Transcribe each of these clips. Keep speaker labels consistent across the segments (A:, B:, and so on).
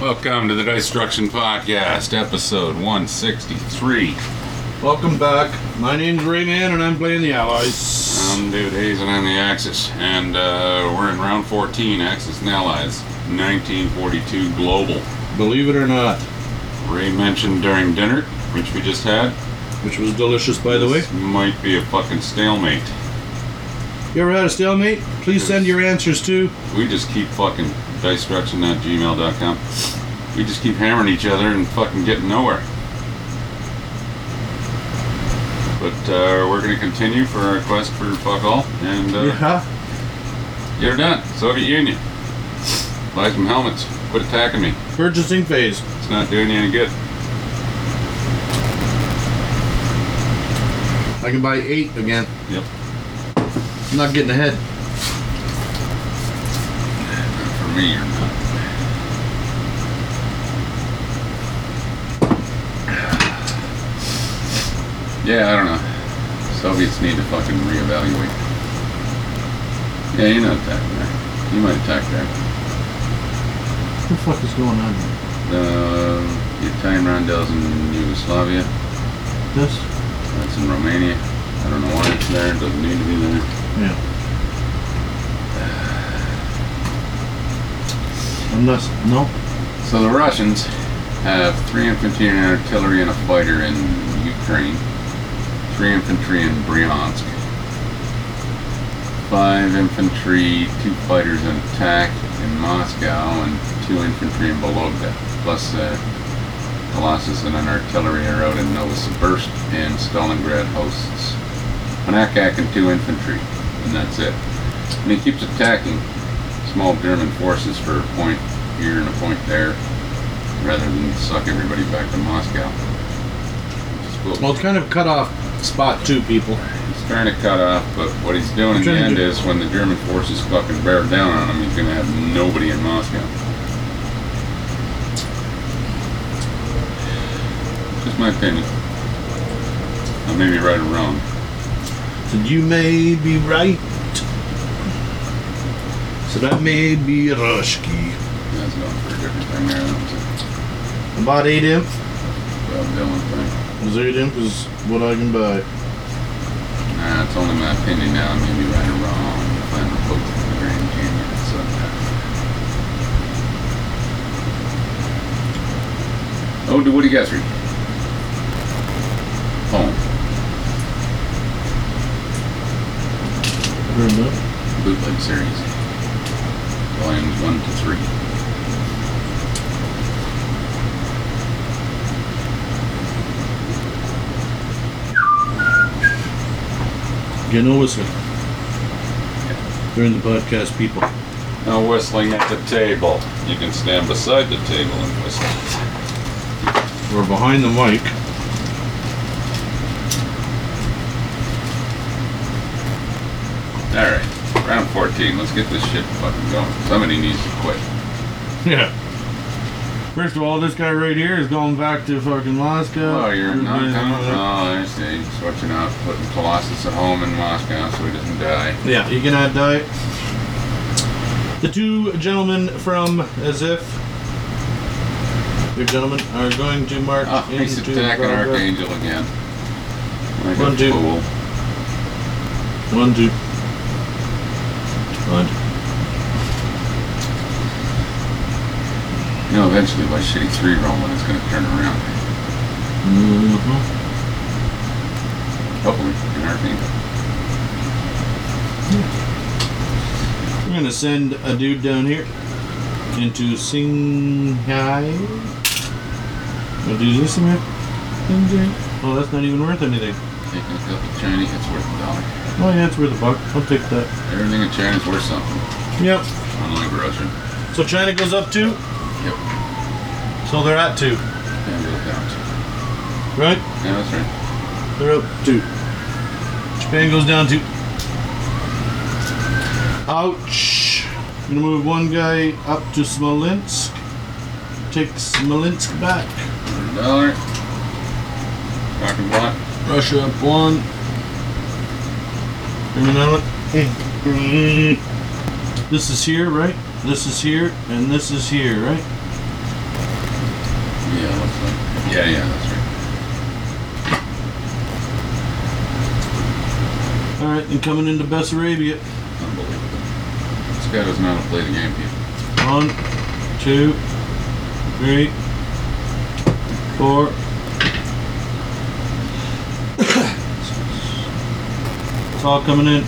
A: Welcome to the Destruction Podcast, episode 163.
B: Welcome back. My name's Rayman, and I'm playing the Allies. Um,
A: I'm David Hayes and I'm the Axis, and uh, we're in round 14, Axis and Allies, 1942 Global.
B: Believe it or not,
A: Ray mentioned during dinner, which we just had,
B: which was delicious, by the way.
A: this might be a fucking stalemate.
B: You ever had a stalemate? Please send your answers to.
A: We just keep fucking destruction.gmail.com. We just keep hammering each other and fucking getting nowhere. But uh, we're gonna continue for our quest for fuck all and
B: Uh-huh.
A: uh,
B: Yeah.
A: Get her done. Soviet Union. Buy some helmets. Quit attacking me.
B: Purchasing phase.
A: It's not doing you any good.
B: I can buy eight again.
A: Yep.
B: I'm not getting ahead.
A: For me, you're not. Yeah, I don't know. Soviets need to fucking reevaluate. Yeah, you're not attacking there. You might attack there.
B: What the fuck is going on here?
A: Uh, the Italian rondels in Yugoslavia.
B: This?
A: That's in Romania. I don't know why it's there. It doesn't need to be there.
B: Yeah. Unless, no.
A: So the Russians have three infantry and artillery and a fighter in Ukraine, three infantry in Bryansk, five infantry, two fighters in attack in Moscow, and two infantry in Vologda, plus uh, Colossus and an artillery road in Novosibirsk and Stalingrad hosts Panakak and two infantry, and that's it. And he keeps attacking small German forces for a point here and a point there, rather than suck everybody back to Moscow. Which is cool.
B: Well, it's kind of cut off spot two, people.
A: He's trying to cut off, but what he's doing in the
B: Trying to
A: end
B: do-
A: is when the German forces fucking bear down on him, he's gonna have nobody in Moscow. Just my opinion. I may be right or wrong.
B: So you may be right. So that may be Rushki.
A: That's going for a different thing there. That was a
B: About eight imp.
A: Bob Dylan thing.
B: Is eight imp is what I can buy.
A: Nah, Uh, it's only my opinion now. I may be right or wrong. If I'm a book from the Grand Canyon, so. Oh, to Woody Guthrie. Poem.
B: Fair enough.
A: bootleg series, volumes one to three.
B: Get no whistle. During the podcast, people.
A: No whistling at the table. You can stand beside the table and whistle.
B: We're behind the mic.
A: All right, round 14. Let's get this shit fucking going. Somebody needs to quit.
B: Yeah. First of all, this guy right here is going back to fucking Moscow.
A: Oh, you're not
B: Everybody's
A: coming.
B: going up.
A: Oh, I see. Switching up, putting Colossus at home in Moscow so he doesn't die.
B: Yeah, you cannot die. The two gentlemen from As If. Your gentlemen are going to march
A: Oh, he's
B: into
A: attacking
B: progress.
A: Archangel again. Like
B: One,
A: a
B: two.
A: fool.
B: One, two. One.
A: You know, eventually by shitty three rolling, it's going to turn around.
B: Mm-hmm.
A: Hopefully, in Archangel.
B: We're gonna send a dude down here into Singhai. What do this in here? Oh, that's not even worth anything.
A: Taking a cup of Chinese, it's worth a dollar.
B: Oh yeah, it's worth a buck. I'll take that.
A: Everything in China's worth something.
B: Yep.
A: Unlike Russian.
B: So China goes up two.
A: Yep.
B: So they're at
A: And
B: two,
A: goes down to.
B: right?
A: Yeah, that's right.
B: They're up two. Japan goes down two. Ouch. I'm gonna move one guy up to Smolensk. Take Smolensk back.
A: For a dollar. Fucking block.
B: Russia up one. And another. This is here, right? This is here, and this is here, right?
A: Yeah, yeah, that's right.
B: All right, and coming into Bessarabia.
A: Unbelievable. This guy doesn't know how to play the game, people.
B: One, two, three, four. it's all coming in.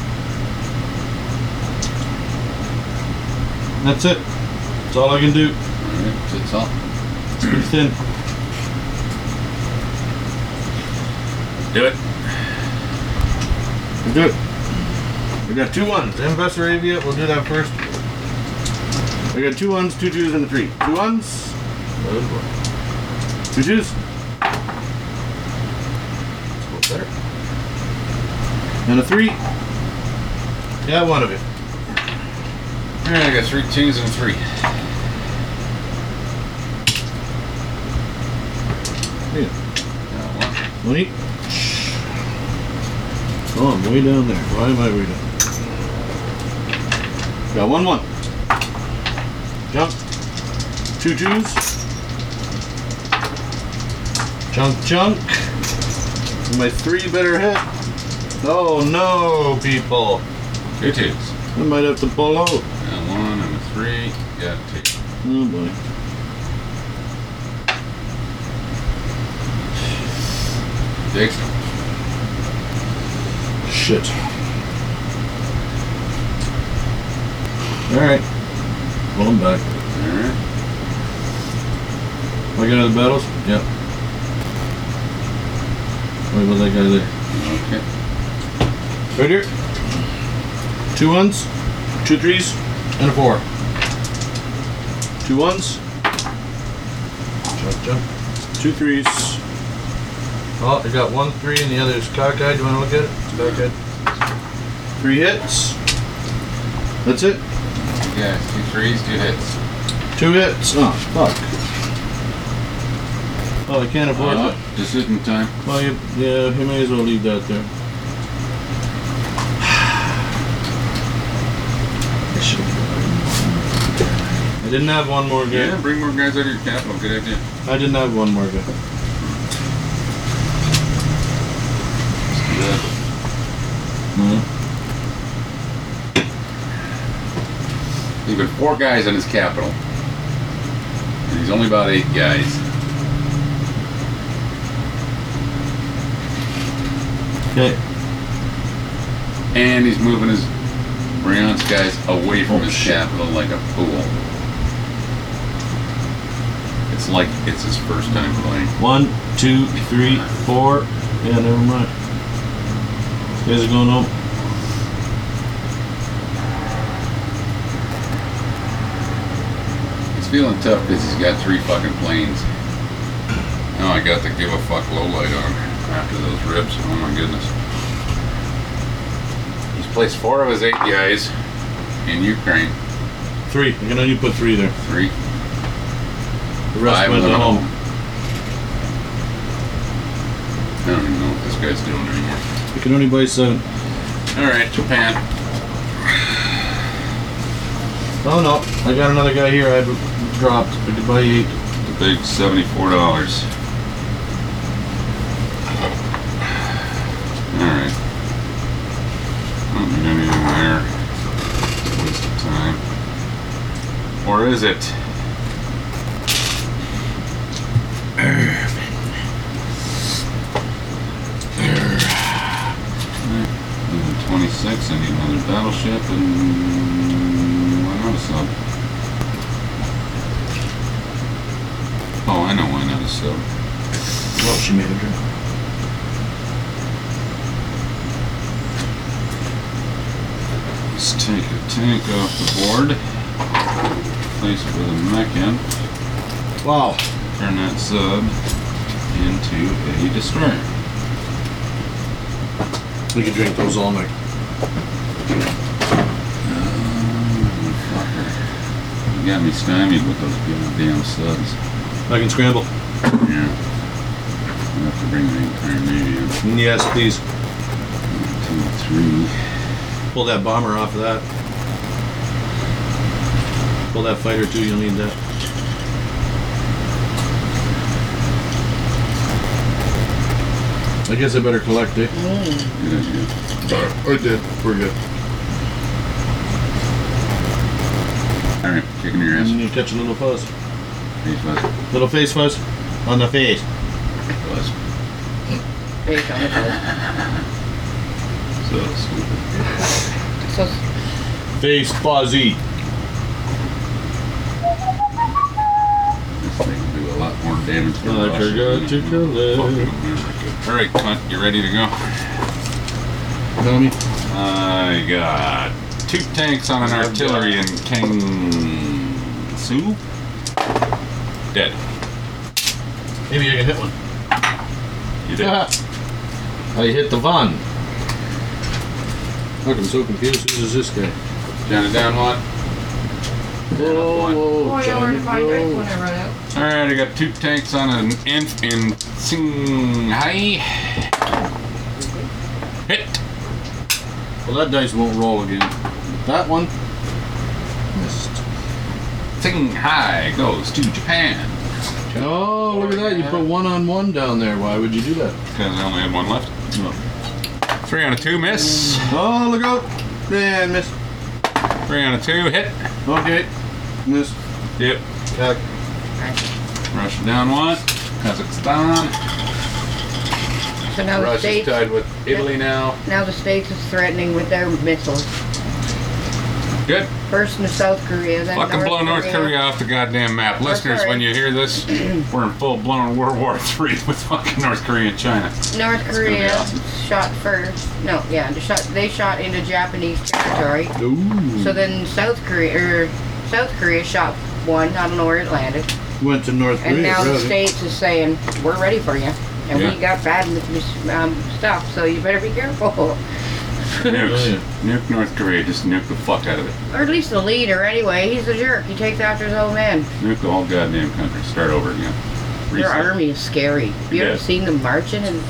B: That's it. That's all I can do.
A: Alright, it's all.
B: It's pretty thin.
A: Do it.
B: We'll do it. We got two ones. In Bessarabia, we'll do that first. We got two ones, two twos, and a three. Two ones. Two twos. That's a little better. And a three. Yeah, one of it.
A: Alright, I got three twos and a three.
B: Yeah.
A: Uh, well,
B: Wait. Oh, I'm way down there. Why am I way down? Got one one. Jump. Two twos. Chunk chunk. My three better hit. Oh no, people.
A: two twos.
B: I might have to pull out.
A: Got a one and a three. Got a two.
B: Oh boy.
A: Six.
B: Shit. Alright. Well, I'm back.
A: Alright.
B: I got other battles? Yep. Wait, was that guy there?
A: Okay.
B: Right here. Two ones, two threes, and a four. Two ones. Jump, jump. Two threes. Oh, I got one three and the other is cockeyed. You want to look at it? Cockeyed. Three hits. That's it.
A: Yeah, two threes, two hits.
B: Two hits. Oh, fuck. Oh, I can't afford
A: Uh,
B: that.
A: decision time.
B: Well, you, yeah, he may as well leave that there. I didn't have one more
A: Yeah,
B: game.
A: bring more guys out of your capital. Good idea.
B: I didn't have one more game.
A: Yeah. He's got four guys in his capital. And he's only about eight guys.
B: Okay.
A: And he's moving his Brian's guys away from
B: Oh,
A: his
B: shit.
A: capital like a fool. It's like it's his first time playing.
B: One, two, three, four. Yeah, never mind. These guys are going home.
A: He's feeling tough because he's got three fucking planes. Now I got the give a fuck low light on after those rips. Oh my goodness. He's placed four of his eight guys in Ukraine.
B: Three. I'm gonna need to put three there.
A: Three.
B: The rest
A: Five
B: went
A: went
B: to
A: home.
B: home.
A: I don't even know what this guy's doing anymore.
B: You can only buy seven.
A: Alright, Japan.
B: Oh no, I got another guy here I dropped. I could buy eight.
A: The big seventy-four dollars. Alright. I don't need any of there. It's a Waste of time. Or is it? Alright, Twenty-six, I need another battleship and one other sub. Oh, I know why not a sub.
B: Well, she made a drink.
A: Let's take a tank off the board. Place it with a mech in.
B: Wow.
A: Turn that sub into a destroyer.
B: We could drink those all night.
A: You got me stymied with those goddamn subs.
B: I can scramble.
A: Yeah. I have to bring the entire navy in.
B: Yes, please.
A: Two, three.
B: Pull that bomber off of that. Pull that fighter too, you'll need that. I guess I better collect it.
A: Good idea.
C: I did. We're good.
A: All right, kicking your
B: And
A: ass.
B: then you catch a little fuzz.
A: Face mask.
B: Little face fuzz on the face.
A: Fuzz.
D: Based on the book.
A: So stupid.
D: So
B: Face fuzzy.
A: This thing will do a lot more damage to
B: Like I got to collect.
A: All right, cunt, you ready to go?
B: Dummy.
A: I got two tanks on an artillery in King Su. Dead.
B: Maybe I can hit one.
A: You did.
B: Yeah. I hit the van. Look, I'm so confused. Who is this guy?
A: Down and down one. Whoa,
B: Oh,
D: Boy, I learned to find drinks when I run out.
A: All right, I got two tanks on an inf in Singhai. Hit.
B: Well, that dice won't roll again. That one missed.
A: Singhai goes to Japan.
B: Oh, look at that. You put one on one down there. Why would you do that?
A: Because I only had one left.
B: Oh,
A: Three on a two, miss.
B: oh look out. Man, miss.
A: Three on a two, hit.
B: Okay. Miss.
A: Yep.
B: Back.
A: Russia down one. Kazakhstan.
D: So now the
A: Russia's
D: states,
A: tied with Italy now.
D: now the states is threatening with their missiles.
A: Good.
D: First in South Korea, then
A: Fucking blow North Korea off the goddamn map. Listeners,
D: sorry.
A: when you hear this, we're in full blown World War III with fucking North Korea and China.
D: North
A: gonna be
D: Korea
A: awesome.
D: shot first. No, yeah, they shot. They shot into Japanese territory.
B: Ooh.
D: So then South Korea, or South Korea shot one. I don't know where it landed.
B: Went to North
D: And
B: Korea.
D: now the
B: really.
D: states is saying we're ready for you, and
A: Yeah.
D: we got bad um, stuff. So you better be careful,
A: Nukes. Nuke North Korea. Just nuke the fuck out of it.
D: or at least the leader. Anyway, he's a jerk. He takes after his own men.
A: Nuke the whole goddamn country. Start over again.
D: Their
A: Reset.
D: army is scary. Have you
A: Yeah.
D: ever seen them marching? And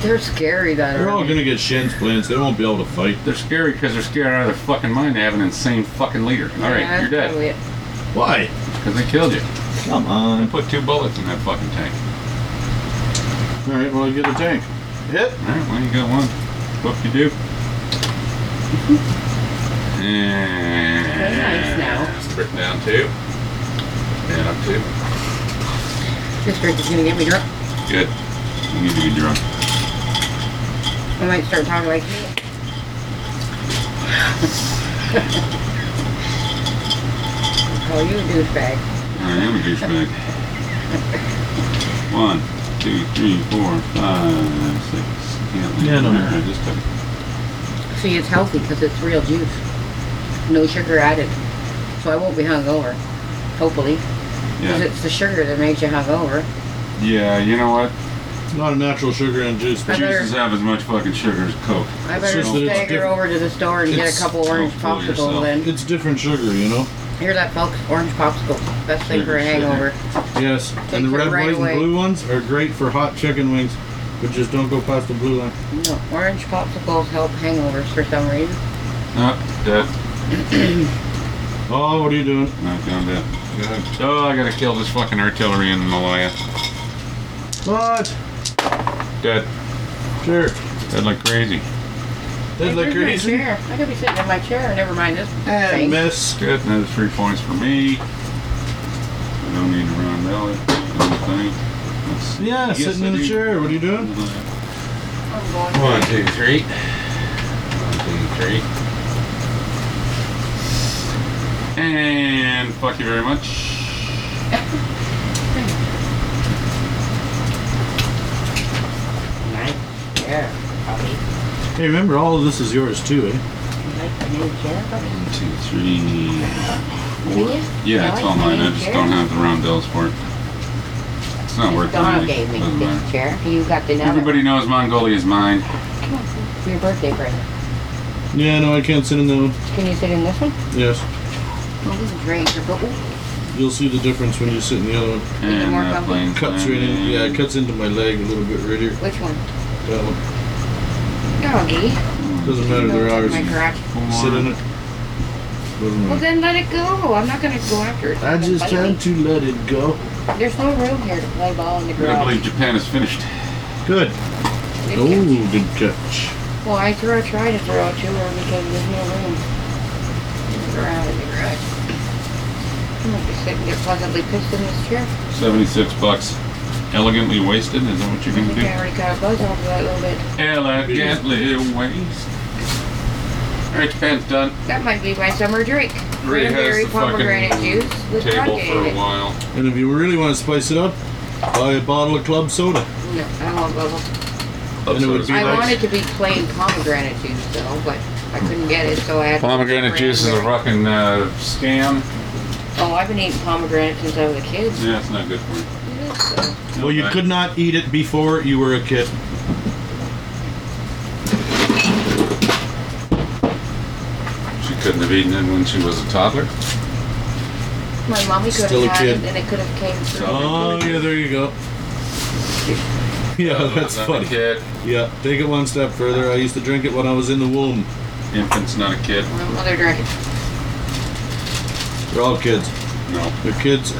D: they're scary. That
B: They're all
D: army.
B: gonna get shin splints. They won't be able to fight.
A: They're scary because they're scared out of their fucking mind to have an insane fucking leader. All right,
D: Oh, Yeah,
A: you're
D: that's probably
A: dead.
D: it.
B: Why?
A: Because they killed you.
B: Come
A: I
B: on.
A: put two bullets in that fucking tank.
B: All right. Well, I get a tank. Hit.
A: All right, well, you got one. Whoop you do. And
D: nice now.
A: Brick down two. And up two.
D: This drink is gonna get me drunk.
A: Good. You need to be drunk.
D: I might start talking like Call you Oh, a douchebag.
A: I am a douchebag. One, two, three, four, five, six. Can't leave.
B: Yeah, no, no.
A: All right, just took it.
D: See, it's healthy because it's real juice. No sugar added. So I won't be hungover. Hopefully. Because
A: Yeah.
D: it's the sugar that makes you hungover.
A: Yeah, you know what?
B: It's not a natural sugar and juice.
D: I better-
A: Juices have as much fucking sugar as Coke.
D: I
B: It's
D: better
B: just that it's
D: stagger
B: different.
D: over to the store and get a
B: It's-
D: couple orange
A: don't fool
D: popsicles
A: yourself.
D: then.
B: It's different sugar, you know.
D: Hear that, folks? Orange popsicle. Best thing for a
A: Sugar, sugar.
D: hangover.
B: Yes, and the
D: it
B: red,
D: right
B: white,
D: away.
B: and blue ones are great for hot chicken wings, but just don't go past the blue line.
D: No, orange popsicles help hangovers for some reason.
A: Nope, dead.
B: Oh, what are you doing?
A: Not down dead. Oh, I gotta kill this fucking artillery in the Malaya.
B: What?
A: Dead.
B: Sure.
A: Dead like crazy.
B: Dead like
D: Where's my
B: crazy.
D: chair? I could be sitting in my chair. Never mind this.
B: And
D: thing.
B: miss.
A: Good. Another three points for me. I don't need to run belly. Let's see.
B: Yeah,
A: Yes,
B: sitting
A: I
B: in the
A: do.
B: chair. What are you doing?
D: I'm going.
A: One, two, three. One, two, three. And fuck you very much.
D: Nice chair, puppy.
B: Hey, remember, all of this is yours too, eh?
D: You like the new chair, puppy?
A: One, two, three.
D: Do you?
A: Yeah, it's
D: You like
A: all
D: the
A: mine.
D: new
A: I just
D: chair?
A: don't have the round bills for it. It's not worth it.
D: Donald gave me
A: Doesn't
D: this
A: matter.
D: chair. You got the number.
A: Everybody knows Mongolia is mine.
D: Come on, for your birthday present.
B: Yeah, no, I can't sit in that one.
D: Can you sit in this one?
B: Yes.
D: Oh, this is great. Your book- ooh,
B: You'll see the difference when you sit in the other one.
D: it
A: And uh,
D: more
A: that
D: comfy?
A: plane
B: Cuts right in. Yeah, it cuts into my leg a little bit right here.
D: Which one?
B: That one.
D: Doggy.
B: Doesn't matter, they're ours.
D: My garage.
B: Sit in it. Doesn't
D: Well,
B: matter.
D: then let it go. I'm not gonna go after it.
B: I just
D: Bite me.
B: had to let it go.
D: There's no room here to play ball in the
A: I
D: garage.
A: believe Japan is finished.
B: Good.
D: Good catch.
B: Oh, good catch.
D: Well, I threw, tried to throw it to her because there's no room. Throw out of the garage. I'm gonna be sitting there pleasantly pissed in this chair.
A: Seventy-six bucks elegantly wasted, is that what you're
D: I
A: gonna
D: think I
A: do?
D: already got a buzz off of that a little bit.
A: Elegantly wasted. Alright, your pen's done.
D: That might be my summer drink.
A: Ray has
D: Cranberry
A: the fucking
D: pomegranate juice with
A: Table
D: vodka in
A: for a
D: it.
A: while.
B: And if you really want to spice it up, buy a bottle of club soda.
D: No, I don't love bubbles.
B: And it would be
D: I
B: like-
D: wanted to be plain pomegranate juice though, but I couldn't get it, so I had.
A: Pomegranate juice is a
D: cranberry.
A: fucking uh, scam.
D: Oh, I've been eating pomegranate since I was a kid.
A: Yeah, it's not good for you.
D: It is, so.
B: Well, you
A: Okay.
B: could not eat it before you were a kid.
A: She couldn't have eaten it when she was a toddler.
D: My mommy could
B: Still a
D: have had
B: kid.
D: it, and it could have came through.
B: Oh, yeah, there you go. Yeah, that's
A: not A
B: funny.
A: kid.
B: Yeah, take it one step further. I used to drink it when I was in the womb.
A: Infant's not a kid.
D: My mother drank it.
B: They're all kids.
A: No,
B: They're kids,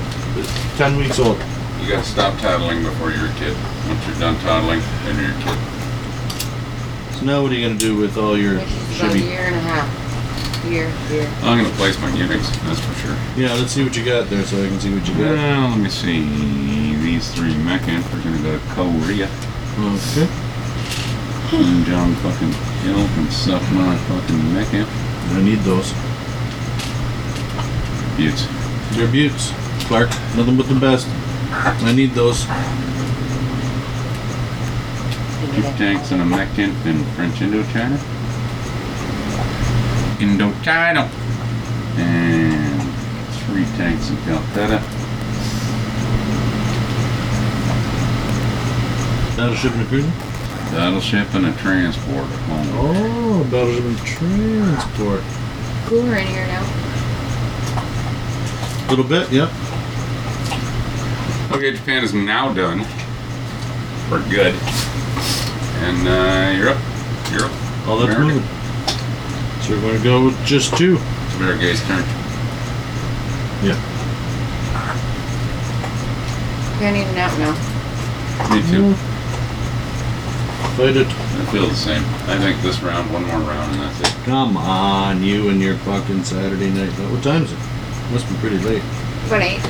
B: ten weeks old.
A: you gotta stop toddling before you're a kid. Once you're done toddling, then you're a kid.
B: So now, what are you gonna do with all your
D: Which is about a
B: shibby?
D: year and a half. Year, year.
A: I'm gonna place my units, that's for sure.
B: Yeah, let's see what you got there, so I can see what you got.
A: Well, let me see. These three Meccan are gonna go to Korea.
B: Okay.
A: And John fucking Hill can suck my fucking Meccan.
B: I need those.
A: Buttes.
B: They're buttes, Clark. Nothing but the best. I need those.
A: Two tanks and a Meccan in French Indochina. Indochina. And three tanks in Calcutta.
B: Battleship recruiting.
A: Battleship and a transport. Oh,
B: Oh, battleship and transport.
D: Cooler in here now.
B: little bit, yep.
A: Okay, Japan is now done. For good. And uh, Europe. Europe.
B: All that's
A: America.
B: moving. So we're gonna go with just two.
A: It's America's turn.
D: I need a nap now.
A: Me too.
B: Fight it.
A: I feel the same. I think this round, one more round, and that's it.
B: Come on, you and your fucking Saturday night. What time is it? Must be pretty late.
D: But eight.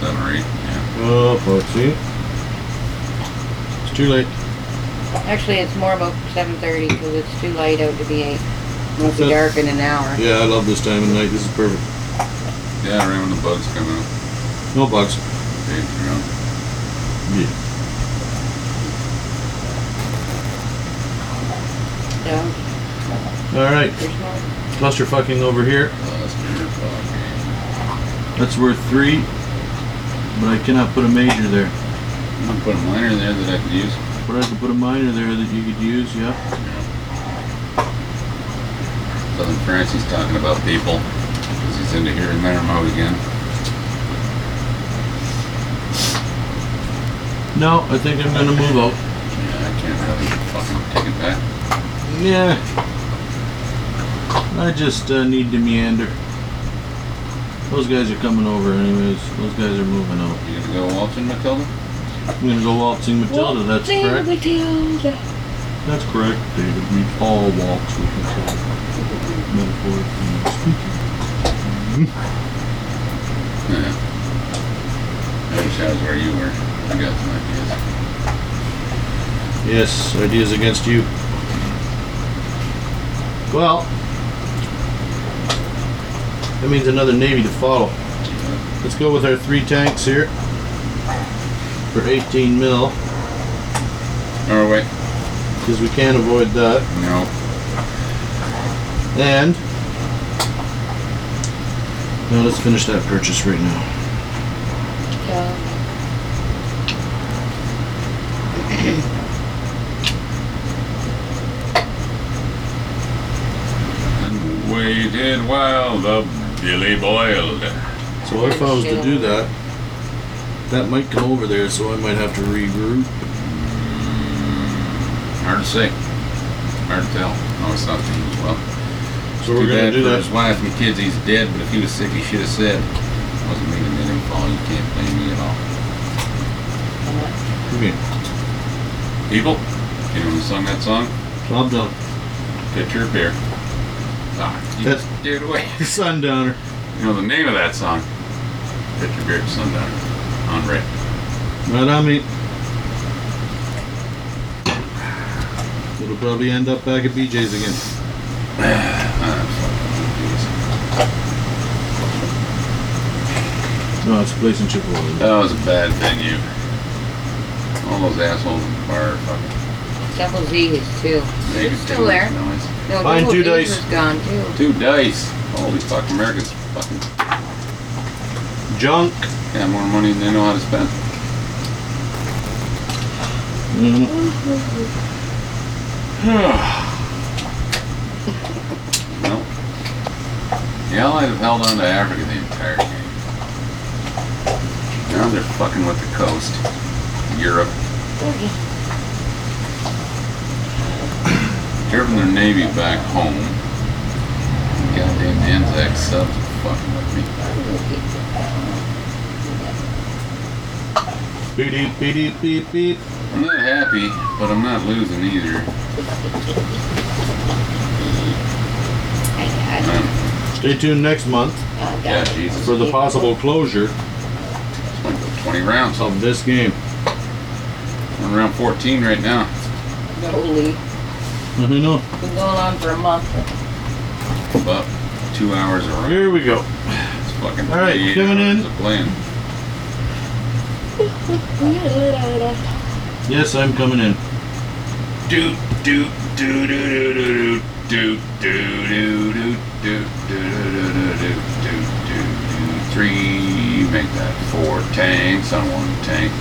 A: Seven or eight. Yeah.
B: Oh, fuck, see? It's too late.
D: Actually, it's more about seven thirty because it's too light out to be eight. It'll be
B: Okay.
D: dark in an hour.
B: Yeah, I love this time of night. This is perfect.
A: Yeah, right when the bugs come out.
B: No bugs.
A: Okay, you know.
B: Yeah.
D: So
B: All right,
D: there's no.
B: cluster fucking over here.
A: Uh, Cluster fuck.
B: That's worth three, but I cannot put a major there.
A: I'm gonna put a liner there that I could use.
B: But I could put a minor there that you could use, yeah.
A: Southern France, he's talking about people. Because he's into hearing their mode again.
B: No, I think I'm gonna move out.
A: Yeah, I can't really fucking take it back.
B: Yeah. I just uh, need to meander. Those guys are coming over anyways. Those guys are moving out.
A: You gonna go waltzing, Matilda?
B: I'm gonna go waltzing Matilda, that's
D: Waltzing
B: correct.
D: Matilda.
B: That's correct, David. We all waltz with Matilda. Metaphorically speaking.
A: Yeah. I wish I was where you were. I got some ideas.
B: Yes, ideas against you. Well, that means another navy to follow. Let's go with our three tanks here for 18 mil,
A: Norway?
B: because we can't avoid that.
A: No.
B: And now let's finish that purchase right now.
D: So
A: And waited while the Billy boiled.
B: So if I was to do that, that might come over there, so I might have to regroup.
A: Hard to say. Hard to tell. I always thought he was well.
B: So we're
A: Too
B: gonna
A: bad
B: do
A: for
B: that.
A: His wife and kids, he's dead, but if he was sick, he should have said. Wasn't me to let him fall. You can't blame me at all.
B: Okay.
A: People, You know who sung that song?
B: Bob Dunn.
A: Pitcher of Beer. Ah, you
B: That's-
A: gave it away.
B: Sundowner.
A: You know the name of that song? Pitcher of Beer to Sundowner. On Ray.
B: But I mean, it'll probably end up back at BJ's again.
A: Ah,
B: No, it's a place in Chipotle.
A: that was a bad venue. All those assholes in the bar are fucking.
D: Double Z is too.
A: making
D: It's
A: too
D: still
A: much
D: there.
A: noise.
D: No,
B: Fine,
D: Double
B: two
D: Z
B: dice.
D: was gone too.
A: Two dice. Holy fuck, Americans fucking
B: Junk.
A: got more money than they know how to spend.
B: Mm,
A: no. The Allies have held on to Africa the entire game. Now they're fucking with the coast, Europe. Driven their navy back home. Goddamn Anzac subs are fucking with me.
B: Beep, beep, beep, beep, beep.
A: I'm not happy, but I'm not losing either.
D: I got it.
A: Um,
B: Stay tuned next month
D: I
A: yeah,
D: got it.
A: Jesus.
B: for the possible closure
A: 20 rounds.
B: of this game.
A: I'm around 14 right now.
D: Holy,
B: I know.
D: been going on for a month.
A: About two hours of round.
B: Here we go.
A: It's fucking
B: All right,
A: 48
B: coming in.
A: hours of playing.
B: Hmm. Yes, I'm coming in.
A: do do do do do do do do do do do do do do do do do do do do three make that four tanks on one tank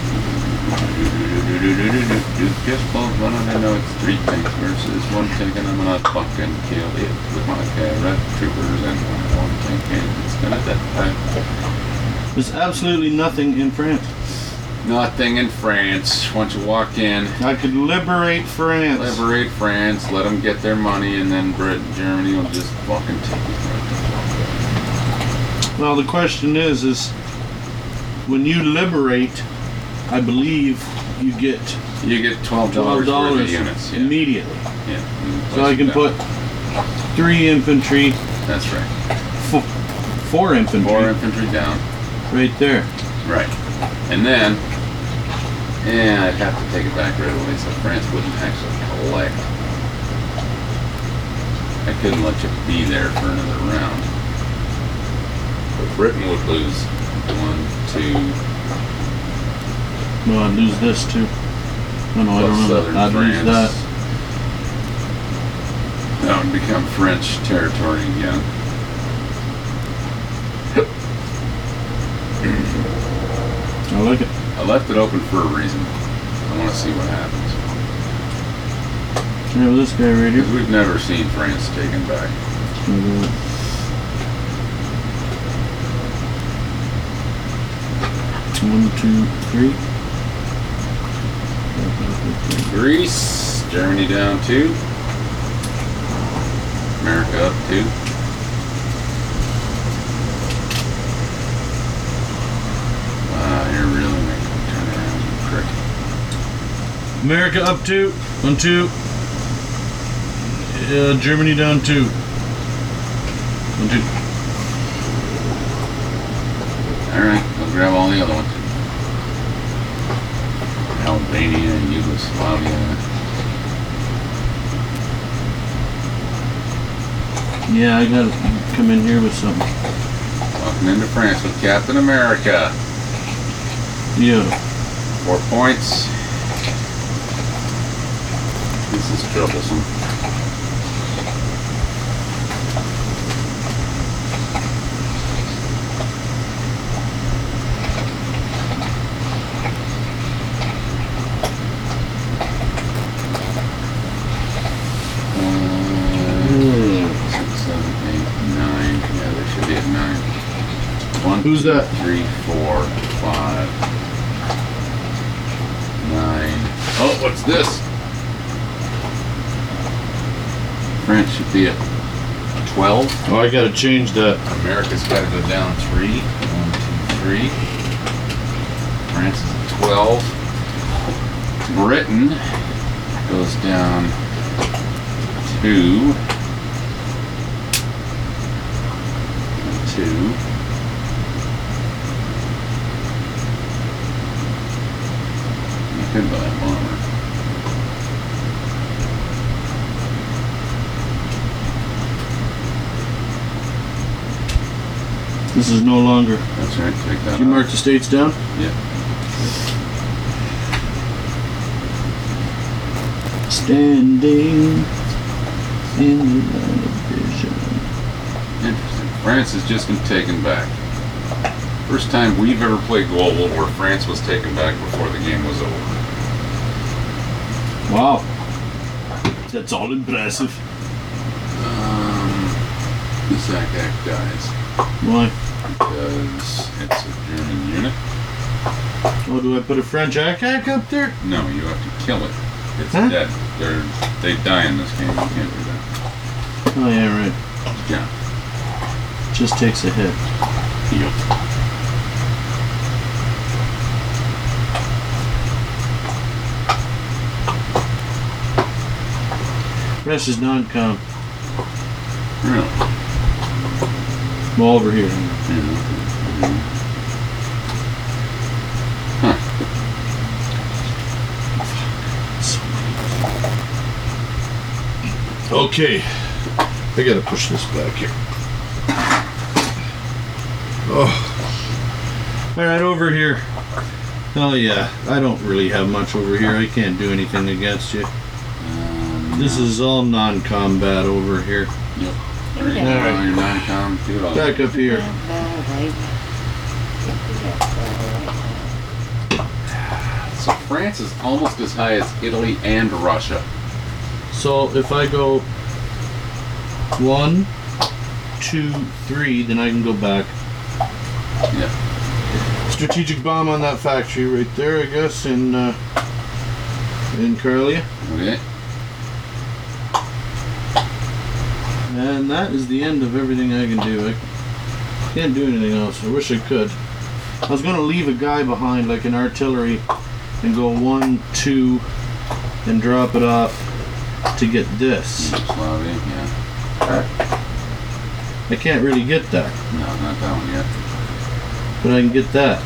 A: just both one and I know it's three tanks versus one tank and I'm gonna fucking kill it with my red troopers and one tank and it's gonna die.
B: There's absolutely nothing in France.
A: Nothing in France. Once you walk in,
B: I could liberate France.
A: liberate France, let them get their money, and then Britain, Germany will just fucking take it.
B: Well, the question is, is when you liberate, I believe you get
A: You get twelve
B: twelve
A: dollars worth of
B: dollars
A: units. Yeah,
B: immediately.
A: yeah. You
B: So I
A: place
B: can
A: it
B: put
A: down.
B: three infantry,
A: That's right.
B: fo- four infantry,
A: Four infantry down.
B: right there.
A: Right. And then, yeah, I'd have to take it back right away, so France wouldn't actually collect. I couldn't let you be there for another round. But Britain would lose one, two,
B: No, I'd lose this too. Oh, No, no, I
A: plus
B: don't know.
A: southern
B: I'd
A: France.
B: lose that.
A: That would become French territory again.
B: I like it.
A: I left it open for a reason. I want to see what happens.
B: Here, this guy right here.
A: Because we've never seen France taken back.
B: One, two, three.
A: Greece, Germany down two. America up two. Wow, Ah, you're really making a turnaround, you prick.
B: America up two. One, two. Uh, Germany down two. One, two.
A: Alright, I'll grab all the other ones. Albania and Yugoslavia.
B: Yeah, I gotta come in here with something.
A: Walking into France with Captain America.
B: Yeah.
A: Four points. This is troublesome.
B: Hmm.
A: Uh, six, seven, eight, nine. Yeah, there should be a nine. One,
B: Who's
A: two,
B: that?
A: Three, four, five, nine. Oh, what's this? France should be at twelve.
B: Oh, I gotta change that.
A: America's got to go down three. One, two, three. France is at 12. Britain goes down to two. You could buy a bomber.
B: This is no longer.
A: That's right. Take that.
B: Did you
A: off.
B: mark the states down?
A: Yeah.
B: Standing in the line of vision.
A: Interesting. France has just been taken back. First time we've ever played global where France was taken back before the game was over.
B: Wow. That's all impressive.
A: Um, this act dies
B: Why?
A: because it's a German unit.
B: Oh, do I put a French attack up there?
A: No, you have to kill it. It's
B: Huh?
A: dead. They're they die in this game. You can't do that.
B: Oh, yeah, right.
A: Yeah.
B: Just takes a hit.
A: Yep.
B: Rest is non-com.
A: Really.
B: Well, over here.
A: Huh.
C: Okay. I gotta push this back here. Oh,
B: All right, over here. Oh yeah, I don't really have much over here. I can't do anything against you.
A: Um,
B: This is all non-combat over here.
A: Yep.
D: All right.
A: Alright, Your non-com, do it all.
B: Back up here.
A: So France is almost as high as Italy and Russia.
B: So if I go one, two, three, then I can go back.
A: Yeah.
B: Strategic bomb on that factory right there, I guess, in uh, in Carlia.
A: Okay.
B: And that is the end of everything I can do. I can't do anything else. I wish I could. I was gonna leave a guy behind, like an artillery, and go one, two, and drop it off to get this.
A: Yugoslavia, yeah.
B: I can't really get that,
A: No, not that one yet.
B: but I can get that.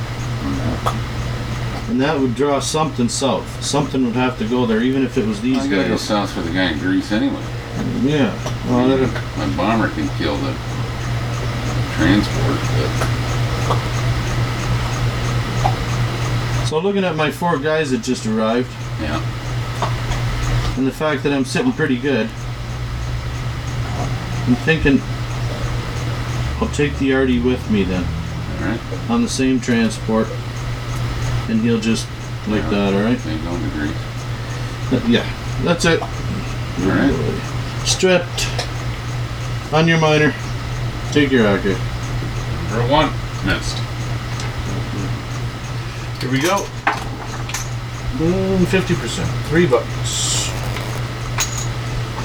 B: And that would draw something south. Something would have to go there, even if it was these
A: I gotta go
B: guys.
A: south for the guy in Greece anyway.
B: Yeah. Well, that'd-
A: My bomber can kill the transport, but
B: so looking at my four guys that just arrived,
A: yeah.
B: and the fact that I'm sitting pretty good, I'm thinking I'll take the Artie with me then
A: Alright.
B: on the same transport, and he'll just like
A: Yeah.
B: that, all right?
A: They go to Greece.
B: Th- yeah, that's it.
A: Alright.
B: Strapped on your miner. Take your rocket.
A: Number one. Missed.
B: Here we go. Boom, 50%. Three bucks.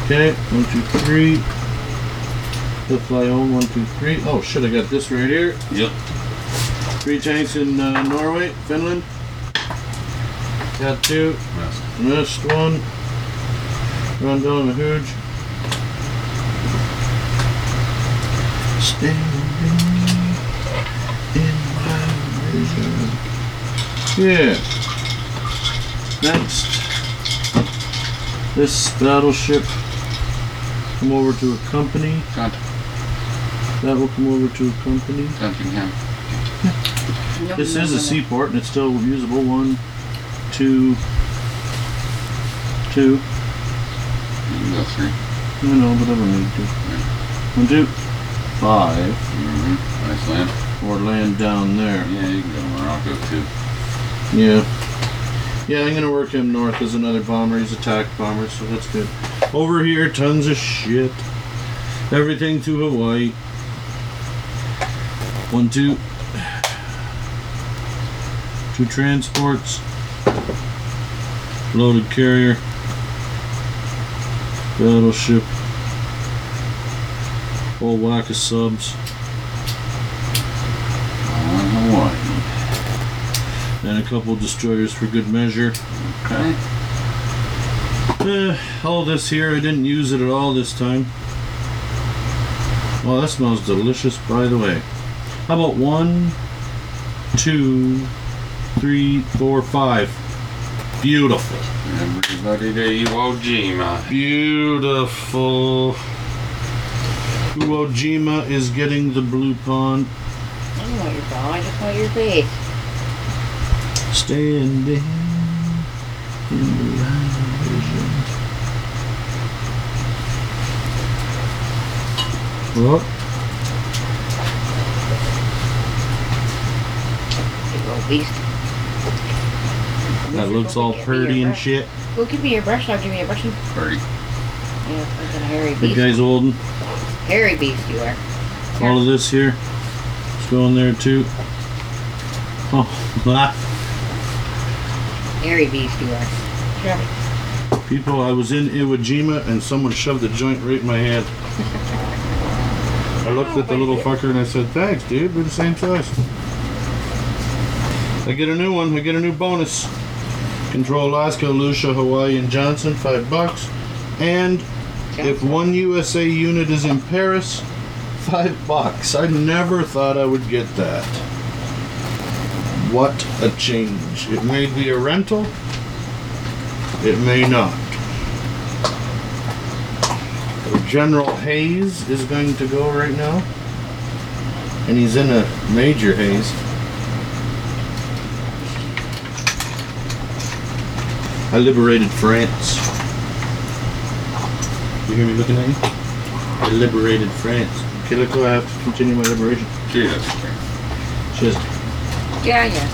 B: Okay, one, two, three. He'll fly home, one, two, three. Oh, shit, I got this right here.
A: Yep.
B: Three tanks in uh, Norway, Finland. Got two.
A: Missed.
B: Missed one. Run down the huge. Standing in my vision. Yeah. Next. This battleship. Come over to a company.
A: Count-
B: That will come over to a company.
A: Counting him.
B: This is a seaport and it's still usable. One, two, two.
A: You can go three.
B: No, no, whatever I need to. One, two, five.
A: Mm-hmm. Iceland.
B: Or land down there.
A: Yeah, you can go to Morocco too.
B: Yeah. Yeah, I'm gonna work him north as another bomber. He's attack bomber, so that's good. Over here, tons of shit. Everything to Hawaii. One, two. Two transports. Loaded carrier. Battleship. Whole whack of subs.
A: On Hawaii.
B: And a couple destroyers for good measure.
A: Okay.
B: Eh, all this here, I didn't use it at all this time. Well, that smells delicious, by the way. How about one, two, three, four, five? Beautiful.
A: Everybody to Iwo Jima.
B: Beautiful. Iwo Jima is getting the blue pond.
D: I don't know your ball, I just want your face.
B: Standing in the line of vision. Oh,
D: You little beast.
B: that looks all
D: Go give me your
B: purdy and
D: brush.
B: shit.
D: Go give me your brush, I'll give you a brush. Yeah,
A: Party.
D: fucking hairy
B: Big
D: beast.
B: guy's holding.
D: Hairy beast you are.
B: All of this here. It's going there too. Oh, ah,
D: Hairy beast you are. Shove it.
B: people, I was in Iwo Jima and someone shoved the joint right in my hand. I looked at the little fucker and I said, thanks, dude, we're the same size. I get a new one, I get a new bonus. Control Alaska, Lucia, Hawaii, and Johnson, five bucks. And if
D: Johnson.
B: one USA unit is in Paris, five bucks. I never thought I would get that. What a change. It may be a rental, it may not. General Hayes is going to go right now. And he's in a major haze. I liberated France. You hear me looking at you? I liberated France. Okay, look, I have to continue my liberation.
A: Jesus Christ.
B: Just
D: Yeah, yeah.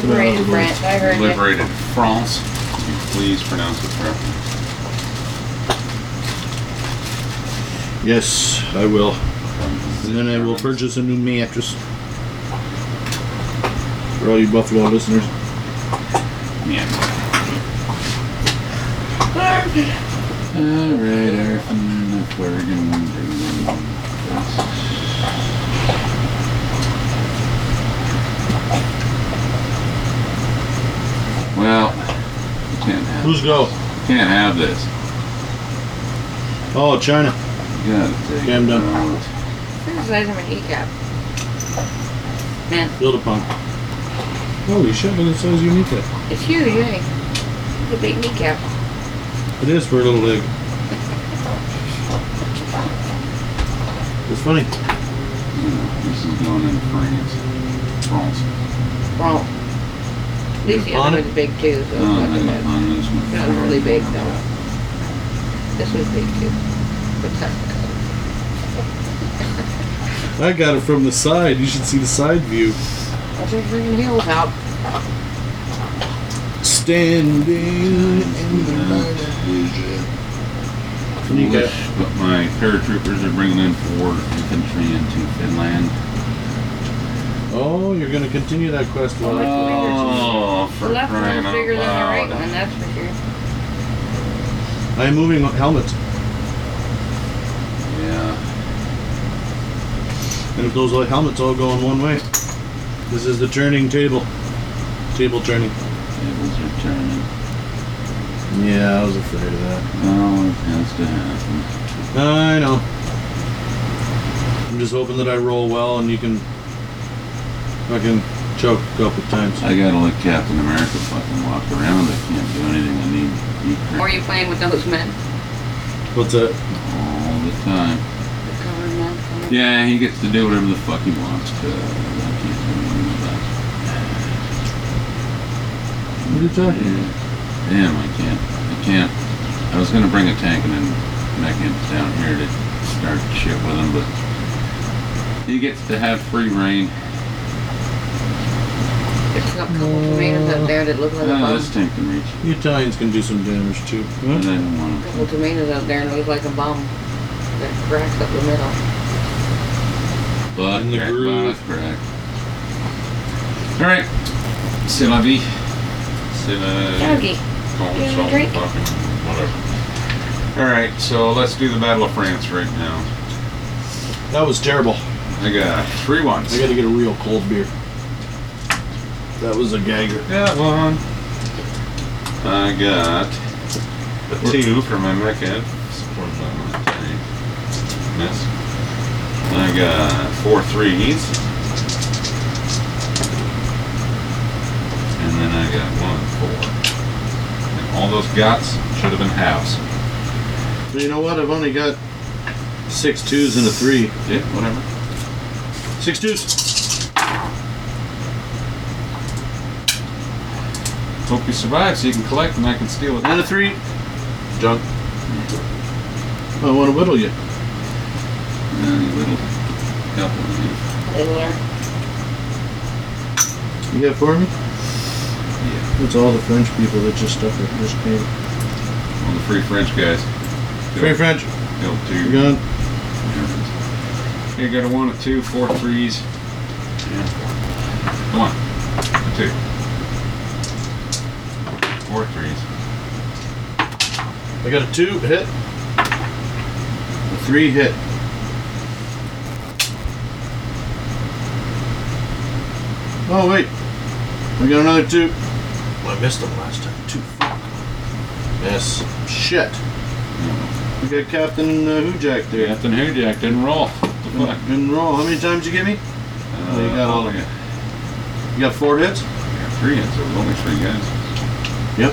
D: Liberated
B: Well,
D: France, I heard you.
A: Liberated France. Would you please pronounce it correctly?
B: yes, I will. And then I will purchase a new mattress for all you Buffalo listeners.
A: Yeah. Alright, everything that's what we're gonna do. Well, we can't have,
B: Who's go?
A: can't have this.
B: Oh, China.
A: You gotta take
B: Okay, I'm done.
A: it out.
D: This is nice of a kneecap. Man,
B: Build upon. Holy shit, look at the size you need that.
D: it's huge, eh? It's a big kneecap.
B: It is for a little leg. It's funny.
A: This is going in France. France.
D: Well, at least the other
B: bonnet?
D: one's big too, so it's
A: No,
D: not
A: Oh, I
D: too
A: don't
D: bad.
A: mind this one.
D: Not really big though. This one's big too. But it's not bad.
B: I got it from the side. You should see the side view.
D: That's your freaking heels out.
B: Standing in the night.
A: I
B: You got-
A: wish that my paratroopers are bringing in four infantry into Finland.
B: Oh, you're gonna continue that quest.
D: Oh,
B: Lon.
A: Oh,
D: The
A: for
D: left
A: crying
D: one's
A: out
D: bigger than the right
A: loud.
D: one, that's for sure.
B: I'm moving helmets,
A: Yeah,
B: and if those like helmets all go in one way, this is the turning table. Table turning.
A: tables are turning.
B: Yeah, I was afraid of that.
A: Oh, it has to happen.
B: I know. I'm just hoping that I roll well, and you can fucking choke a couple times.
A: I gotta let Captain America fucking walk around. I can't do anything. I need to be
D: Or are
A: crazy
D: you playing with those men?
B: What's that?
A: all the time.
D: The colored men? colored-
A: Yeah, he gets to do whatever the fuck he wants to. I can't do anything about it.
B: What are you talking? about?
A: Damn, I can't. I can't. I was gonna bring a tank and then back in down here to start shit with him, but he gets to have free reign.
D: There's a couple tomatoes up there that look like a
A: Oh, this
D: bomb.
A: tank can reach,
B: The Italians can do some damage too.
A: but I
B: Huh?
A: don't want
D: Couple tomatoes out there and look like a bomb. That cracks up the middle.
A: to. But
B: In the
A: crack,
B: groove.
A: but crack. All right, c'est la vie. C'est la.
D: Doggy.
A: call
D: you have a
A: yourself
D: drink?
A: fucking Whatever. All right, so let's do the Battle of France right now.
B: That was terrible.
A: I got three ones.
B: I gotta get a real cold beer. That was a gagger.
A: Got one. I got
B: Two.
A: for my mecca support level of three. Yes. I got four threes. And then I got one four. And all those gots should have been halves.
B: But you know what? I've only got six twos and a three.
A: Yeah, whatever.
B: Six twos.
A: Hope you survive so you can collect and I can steal it.
B: And a three.
A: Junk.
B: I want to whittle you.
A: And a little couple of these.
D: Fiddler.
B: You got for me?
A: Yeah.
B: It's all the French people that just stuff it. Just came.
A: On the free French guys.
B: Free French.
A: Go
B: You're
A: to.
B: gone.
A: You got a one, a two, four threes. Yeah. Come on. A two. Four threes.
B: I got a two hit. A three hit. Oh wait. I got another two. Well, I missed them last time. Two. Fuck. Yes. Shit. We got Captain uh, Hoojak there.
A: Captain Hoojak didn't roll. What the fuck?
B: And roll. How many times you give me?
A: Uh,
B: Oh, you got all of
A: I
B: it. You got four hits?
A: got Three hits. It was only three guys.
B: Yep.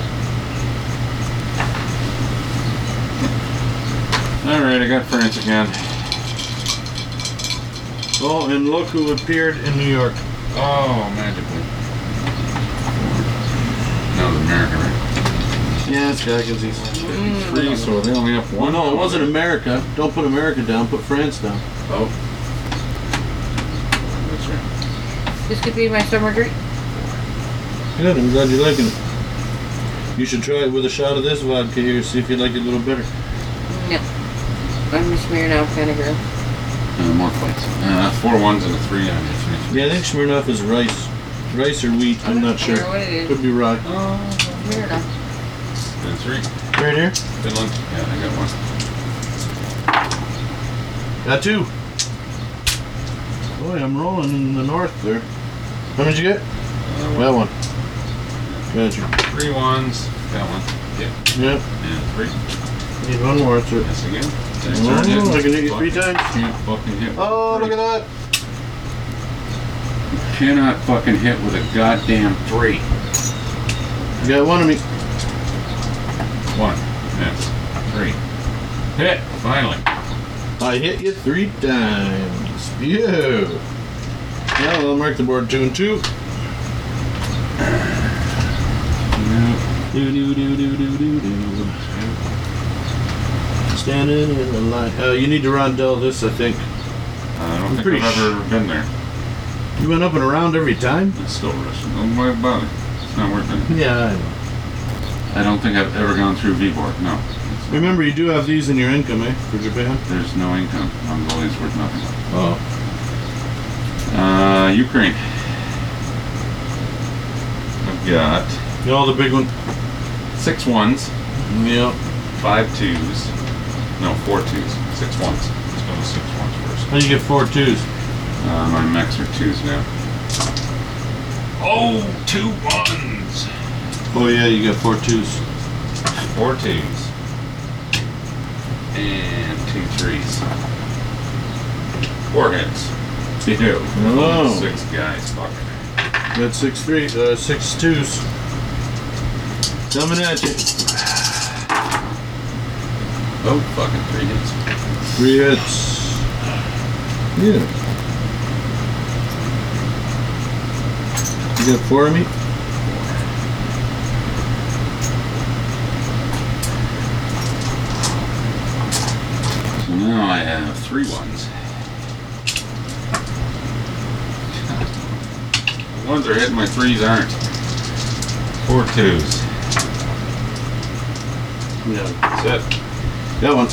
A: All right, I got France again.
B: Oh, and look who appeared in New York.
A: Oh, magically. That was America, right?
B: Yeah, it's Gaggins.
A: Three, so they only have
B: Well,
A: one.
B: Oh, no, it wasn't America. Don't put America down. Put France down.
A: Oh. That's right.
D: This could be my summer drink.
B: Good. I'm glad you're liking it. You should try it with a shot of this vodka here. See if you like it a little better.
D: No. I'm a Smirnoff kind of girl.
A: Uh, more points. Uh, four ones and a three. I just finished.
B: Yeah, I think Smirnoff is rice, rice or wheat. I'm not sure.
D: What it is.
B: Could be rye.
A: Oh,
D: Smirnoff.
A: and three.
B: Right here.
A: Good one. Yeah, I got one.
B: Got two. Boy, I'm rolling in the north there. How many did you get?
A: Uh,
B: That one. Got you.
A: Three ones. Got one. Yeah.
B: Yep.
A: And three.
B: Need one more. That's it.
A: Yes, again. Thanks,
B: Oh,
A: Ernie.
B: I can hit you three
A: Fucking
B: times.
A: Can't fucking hit. with
B: Oh,
A: three.
B: look at that.
A: Cannot fucking hit with a goddamn three.
B: You got one of me.
A: One. Yes. Three. Hit. Finally.
B: I hit you three times. Yeah. Now I'll mark the board two and two.
A: Do do do do do do do.
B: Standing in the line. Uh, you need to rondel this, I think.
A: I don't think
B: pretty
A: I've ever been there.
B: You went up and around every time?
A: It's still Russian. Don't worry about it. It's not worth it.
B: Yeah. I know.
A: I don't think I've ever gone through VBOR. No. It's-
B: Remember, you do have these in your income, eh? For Japan?
A: There's no income. Mongolia's worth nothing.
B: Oh.
A: Uh, Ukraine. I've got
B: You know, the big one?
A: six ones.
B: Yep.
A: five twos. No, four twos. Six ones. Let's go to six ones first.
B: How do you get four twos?
A: Uh, my mechs are twos now. Oh, two ones.
B: Oh, yeah, you got four twos.
A: Four twos. And two threes. Four hits. Two.
B: Oh.
A: Six guys. Fuck.
B: Got six three, uh, six twos. Coming at you.
A: Oh, fucking three hits.
B: Three hits. Yeah. You got four of me?
A: So now I have three ones. The ones are hitting, my threes aren't. Four twos.
B: Yeah.
A: That's it.
B: That one.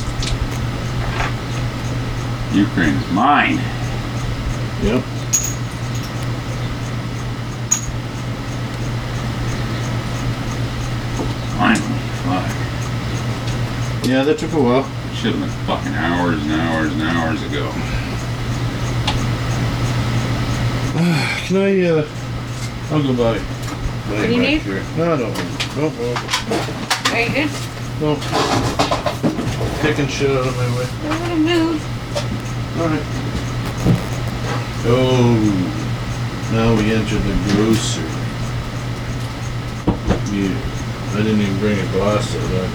A: Ukraine's mine.
B: Yep.
A: Finally. Fuck.
B: Yeah, that took a while.
A: Should have been fucking hours and hours and hours ago.
B: Can I, uh, I'll go by. What
D: do you need?
B: No, I don't. want it. Nope,
D: Are you good?
B: No. Taking shit out of my way.
D: I would have moved.
B: Alright. Oh. Now we enter the grocery. Yeah. I didn't even bring a glass of that.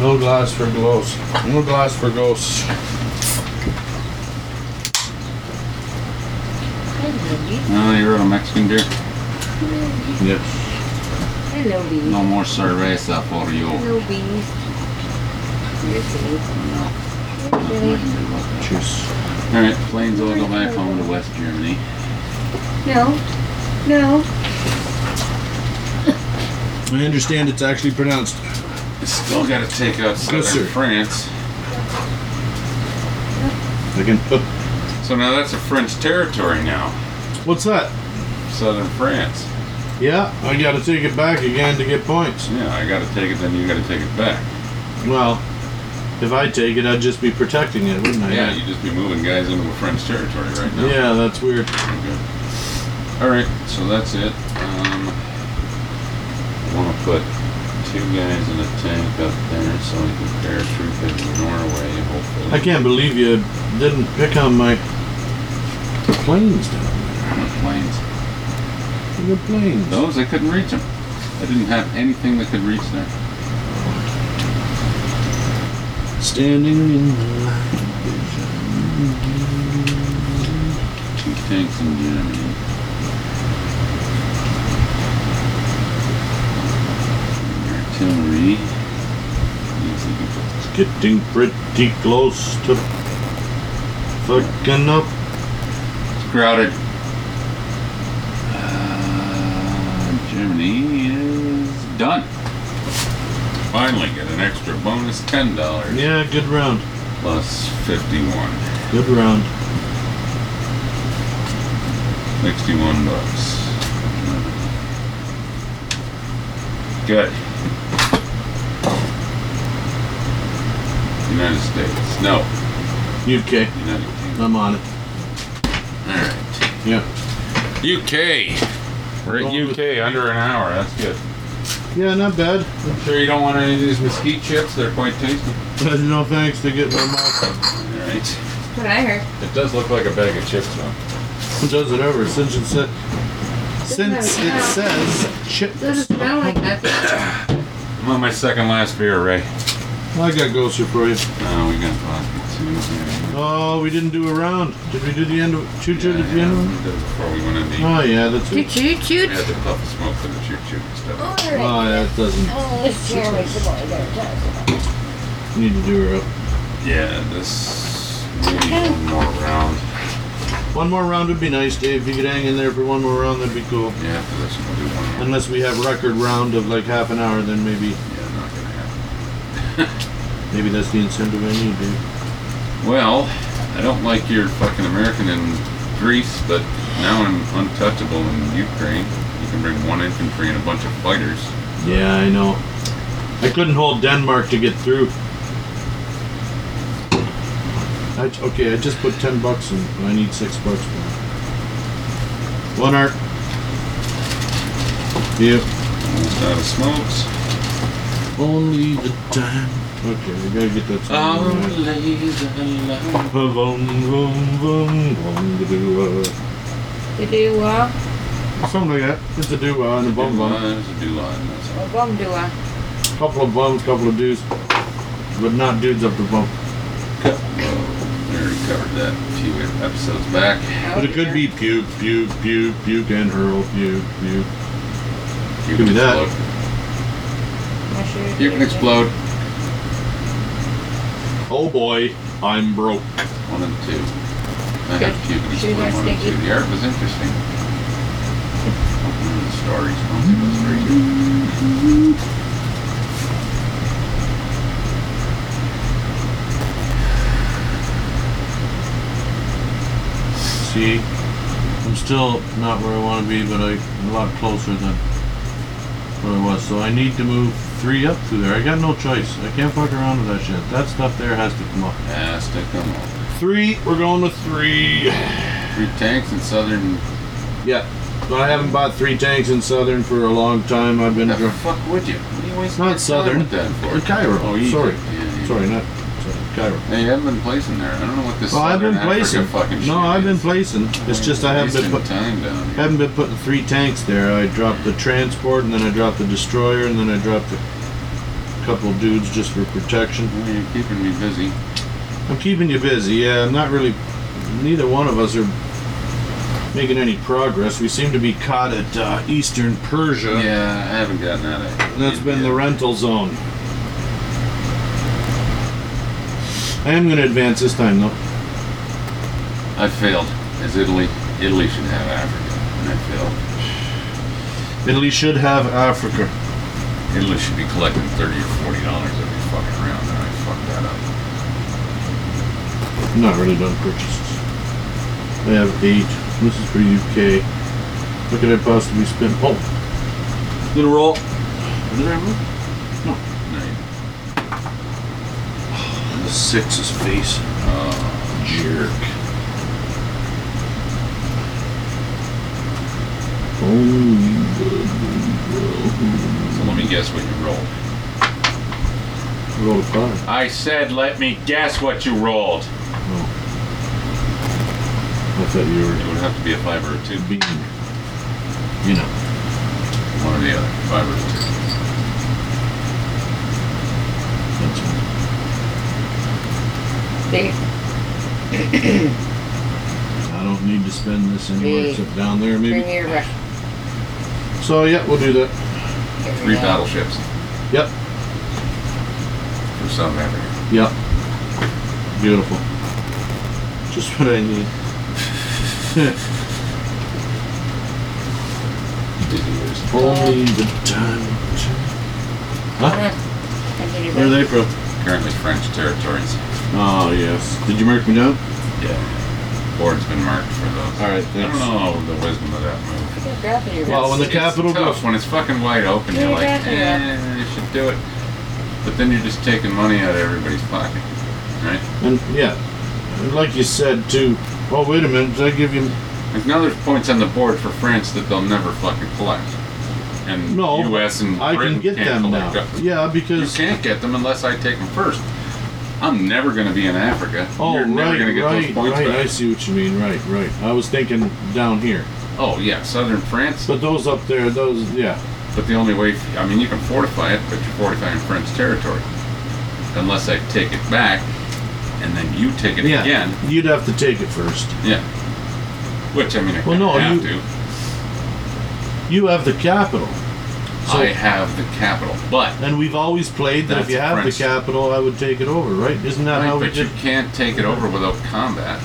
B: No glass for ghosts. No glass for ghosts.
D: Hello,
A: Oh, you wrote a Mexican beer?
D: bees.
B: Yes.
D: Hello, bees.
A: No more cerveza for you.
D: Hello, bees. You're silly. You're silly.
B: Cheers.
A: Alright, planes all go back home to West Germany.
D: No, no.
B: I understand it's actually pronounced.
A: Still gotta take out
B: Good,
A: southern
B: sir.
A: France.
B: I can.
A: So now that's a French territory now.
B: What's that?
A: Southern France.
B: Yeah, I gotta take it back again to get points.
A: Yeah, I gotta take it, then you gotta take it back.
B: Well, if I take it, I'd just be protecting it, wouldn't I?
A: Yeah, you just be moving guys into a French territory right now.
B: Yeah, that's weird.
A: Alright, so that's it. Um, I want to put two guys in a tank up there so we can paratroop into Norway, hopefully.
B: I can't believe you didn't pick on my planes down
A: On the planes.
B: there. Your planes.
A: Those, I couldn't reach them. I didn't have anything that could reach there.
B: Standing in the line.
A: Two tanks in Germany. Artillery. Yes, you can put-
B: It's getting pretty close to fucking up.
A: It's crowded. Uh, Germany is done. Finally, get an extra bonus ten dollars
B: Yeah, good round.
A: plus fifty-one.
B: Good round.
A: 61 bucks. Good. United States. No,
B: UK.
A: United Kingdom.
B: I'm on it.
A: Alright.
B: Yeah.
A: UK. We're
B: Going
A: at
B: with-
A: UK under an hour. That's good.
B: Yeah, not bad.
A: Sure you don't want any of these mesquite chips? They're quite tasty.
B: No thanks to get my mouth.
A: Alright.
D: What I heard.
A: It does look like a bag of chips though.
B: Who does it ever? Since it said, since it says chip.
D: Doesn't smell like nothing.
A: I'm on my second last beer, Ray.
B: I got Ghoster for you.
A: Oh, we got vodka too. Yeah.
B: Oh, we didn't do a round. Did we do the end of choo choo?
A: Yeah,
B: Did we end of
A: yeah, we did it Before we went into
B: Oh yeah, that's
D: Choo
B: it.
D: choo choo.
A: We had the puff of smoke for the choo choo and stuff.
B: Oh yeah, it doesn't
D: This chair was the boy there.
B: need to do her up.
A: Yeah, this maybe one more round.
B: One more round would be nice, Dave. If you could hang in there for one more round, that'd be cool.
A: Yeah, after this we'll do one more.
B: Unless we have record round of like half an hour, then maybe
A: Yeah, not gonna happen.
B: maybe that's the incentive I need, Dave.
A: Well, I don't like your fucking American in Greece, but now I'm untouchable in Ukraine. You can bring one infantry and a bunch of fighters.
B: Yeah, I know. I couldn't hold Denmark to get through. I, okay, I just put ten bucks in. I need six bucks. For it. One art. Yep.
A: Almost out of smokes.
B: Only the time. Okay, we gotta get that. song
A: Oh,
B: right.
A: lazy love.
B: Vroom, vroom, vroom, vroom, the doo-wah.
D: You do what?
B: Something like that. Just a doo and a bum bum.
A: Lies, do lies, that's all.
D: What bum do I?
B: Couple of bums, couple of dudes, but not dudes up the bump.
A: Whoa, We already covered that a few episodes back.
B: But it could be puke, puke, puke, puke, and hurl, puke, puke.
A: You
B: Give
A: can
B: me that.
A: explode. You can explode.
B: Oh boy, I'm broke.
A: One and two. I
D: Good.
A: have two, but it's
D: Should we
A: only
D: not
A: one and
D: stick
A: two.
D: it?
A: The art was interesting. Mm, The stories, mostly those three.
B: See, I'm still not where I want to be, but I, am a lot closer than what I was. So I need to move three up through there. I got no choice. I can't fuck around with that shit. That stuff there has to come up.
A: Ah, stick them all.
B: Three. We're going with three.
A: Three tanks in southern
B: Yeah.
C: I haven't bought three tanks in Southern for a long time. I've been
A: The
C: dri-
A: fuck would you? What are you wasting
C: Not
A: your time
C: Southern.
A: with that for?
C: or Cairo.
A: Oh, Egypt.
C: sorry,
A: Yeah, yeah.
C: sorry, not sorry, Cairo.
A: They haven't been placing there. I don't know what this.
B: Well, I've been
A: Southern Africa
B: placing.
A: Fucking shit
B: No, I've been
A: is.
B: placing. It's just I haven't been
A: Wasting
B: put,
A: time down here.
B: haven't been putting three tanks there. I dropped the transport, and then I dropped the destroyer, and then I dropped a couple dudes just for protection.
A: Well, you're keeping me busy.
B: I'm keeping you busy. Yeah, I'm not really. Neither one of us are making any progress. We seem to be caught at uh, Eastern Persia.
A: Yeah, I haven't gotten out of.
B: And that's been the
A: Yeah.
B: rental zone. I am going to advance this time, though.
A: I failed. As Italy, Italy should have Africa, and I failed.
B: Italy should have Africa.
A: Italy should be collecting thirty or forty dollars every fucking round, and I fucked that up.
B: I'm not really done purchases. I have eight. This is for UK. What could I possibly spend? Oh, did a roll. Did I roll?
A: Nice.
B: The six is face.
A: Uh,
B: Jerk. Oh,
A: so let me guess what you rolled.
B: roll a five.
A: I said, let me guess what you rolled.
B: I thought you
A: It
B: were
A: would have to be a five or a two.
B: being, you know.
A: One or the other. Five or a two.
B: That's
D: They,
B: I don't need to spend this anywhere
D: Me.
B: except down there,
D: bring
B: maybe.
D: me a rush.
B: So yeah, we'll do that.
A: Three battleships
B: Yep,
A: for South Africa.
B: yep. Beautiful. Just what I need.
A: Did you lose?
B: Only the time. to- Huh? Where are they from?
A: Currently French territories.
B: Oh yes. Did you mark me down?
A: Yeah. Board's been marked for those.
B: All right,
A: I don't
B: thanks.
A: know the wisdom of that move.
B: Well, Oh, when the
A: It's
B: capital
A: tough when it's fucking wide open. You're
D: Yeah,
A: like,
D: exactly.
A: eh, you should do it, but then you're just taking money out of everybody's pocket, right?
B: And yeah, and like you said too. Oh wait a minute, did I give you?
A: Like now there's points on the board for France that they'll never fucking collect, and
B: No,
A: U.S. and
B: I
A: Britain
B: can get
A: can't
B: them now.
A: collect up-
B: Yeah,
A: You
B: because
A: can't get them unless I take them first. I'm never going to be in Africa.
B: oh
A: You're never
B: right,
A: going to get
B: right,
A: those points
B: right. I
A: back.
B: see what you mean. Right, right. I was thinking down here,
A: Oh yeah, southern France.
B: but those up there, those yeah.
A: But the only way, I mean, you can fortify it, but you're fortifying French territory. Unless I take it back, and then you take it
B: Yeah,
A: again.
B: you'd have to take it first.
A: Yeah. Which I mean, I
B: Well,
A: kinda
B: no,
A: have
B: you-
A: to.
B: You have the capital. So,
A: I have the capital, but
B: and we've always played that if
A: That's
B: you have
A: French.
B: the capital, I would take it over, right? Isn't that how
A: right,
B: we
A: but you
B: did?
A: can't take it over without combat.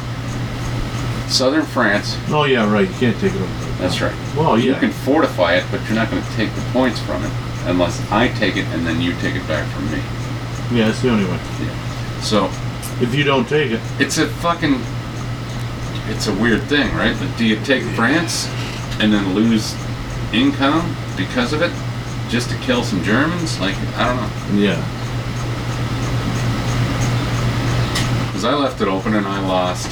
A: Southern France.
B: Oh yeah, right. You can't take it over.
A: That's right.
B: Well,
A: You
B: yeah.
A: can fortify it, but you're not going to take the points from it unless I take it and then you take it back from me.
B: yeah, it's the only way.
A: So
B: If you don't take it,
A: it's a fucking it's a weird thing right but do you take france and then lose income because of it just to kill some germans like i don't know
B: yeah.
A: because i left it open and i lost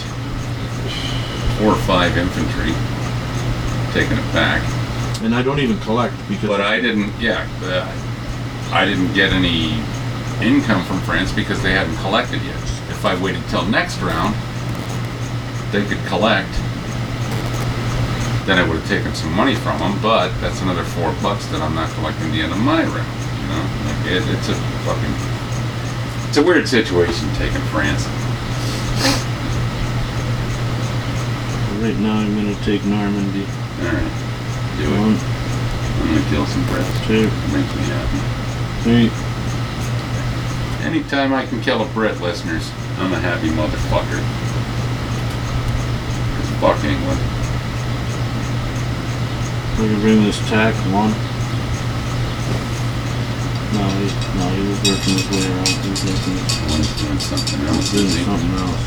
A: four or five infantry taking it back
B: And I don't even collect because.
A: but i didn't yeah uh, i didn't get any income from france because they hadn't collected yet if i waited till next round they could collect then I would have taken some money from them, but that's another four bucks that I'm not collecting the end of my round. You know, like it, it's a fucking, it's a weird situation taking France.
B: Right now, I'm gonna take Normandy.
A: All right, do it.
B: One,
A: I'm gonna kill some Brits.
B: two,
A: Makes me happy.
B: three.
A: Anytime I can kill a Brit, listeners, I'm a happy motherfucker. Cause fuck England.
B: I can bring this tack one. No, he, no, he was working his way around. He was working
A: I wanna doing something
B: he
A: else.
B: was doing
A: Busy.
B: something else.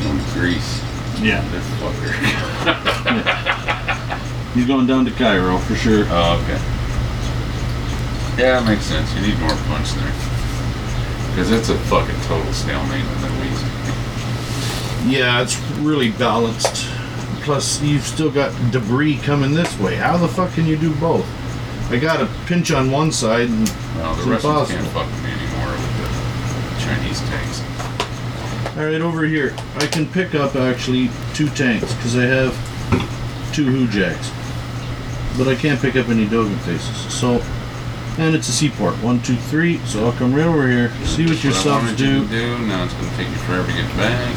A: Going to Greece.
B: Yeah.
A: This fucker.
B: He's going down to Cairo for sure.
A: Oh, okay. Yeah, it makes sense. You need more punch there. Because it's a fucking total stalemate in the Middle East.
B: Yeah, it's really balanced. plus you've still got debris coming this way. How the fuck can you do both? I got a pinch on one side and
A: Well,
B: it's
A: the Russians
B: impossible.
A: can't fuck with me anymore with the Chinese tanks.
B: All right, over here. I can pick up actually two tanks because I have two hoojacks, but I can't pick up any Dogan faces. So, and it's a seaport. One, two, three. So I'll come right over here. See what your
A: That's what I
B: subs
A: wanted you
B: do.
A: to do. Now it's gonna take you forever to get back.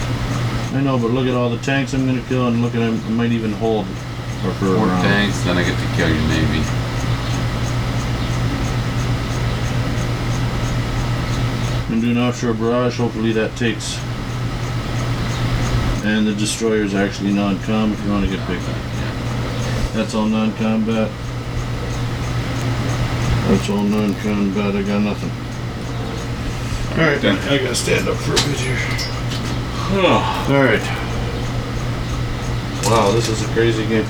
B: I know, but look at all the tanks I'm gonna kill, and look at them. I might even hold. Or for
A: Four
B: around.
A: tanks, then I get to kill your navy.
B: and do an offshore barrage. Hopefully that takes. And the destroyer is actually non-com if you want to get picked up. That's all non-combat. That's all non-combat. I got nothing. All right,
A: Done.
B: I gotta stand up for a bit here. All right. Wow, this is a crazy game.
A: You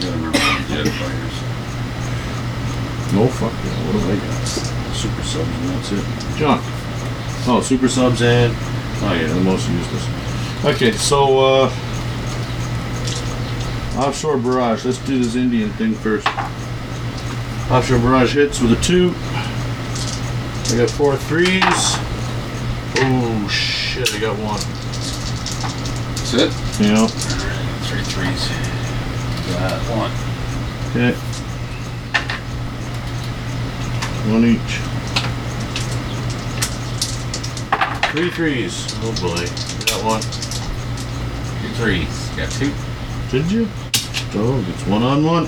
A: gotta remember the jet fighters.
B: Oh, No fuck yeah. What do I got? Super subs and that's it. John. Oh, super subs and oh yeah, the most useless. Okay, so uh offshore barrage. Let's do this Indian thing first. Offshore barrage hits with a two. I got four threes. Oh shit! I got one.
A: That's it.
B: Yeah.
A: Three threes. Got one.
B: Okay. One each. Three threes. Oh boy. Got one.
A: Two threes. Got two.
B: Did you? Oh, it's one on one.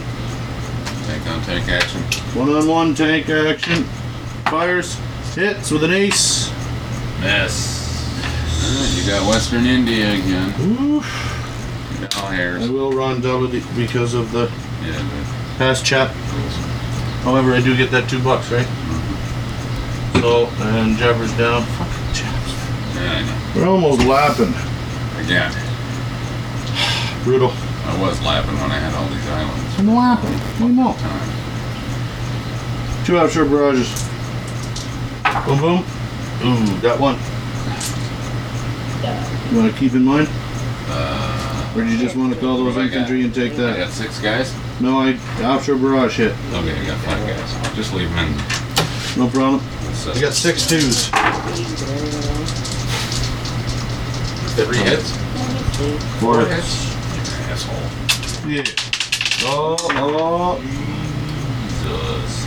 A: Take on take action.
B: One on one tank action. Fires. Hits with an ace.
A: Miss. Alright, you got Western India again.
B: Oof.
A: Doll
B: I
A: hairs.
B: will run double D because of the
A: Yeah,
B: past chat.
A: but
B: However, I do get that two bucks, right? So, and Jabber's down. Fucking Jabbers.
A: yeah, I know.
B: We're almost lapping.
A: Again,
B: Brutal.
A: I was laughing when I had all these islands.
B: I'm lapping. You know.
A: Time.
B: Two offshore barrages. Boom, boom. Ooh, got one. You want to keep in mind?
A: Uh,
B: Or do you just want to call
A: What
B: those
A: do I got?
B: infantry and take
A: I
B: that?
A: got six guys.
B: No, I offshore barrage hit.
A: Okay, I got five guys. Just leave them in.
B: No problem.
A: It's, uh,
B: I got six twos.
A: Three hits.
B: uh, Four
A: Asshole.
B: Yeah. Oh, oh.
A: Jesus.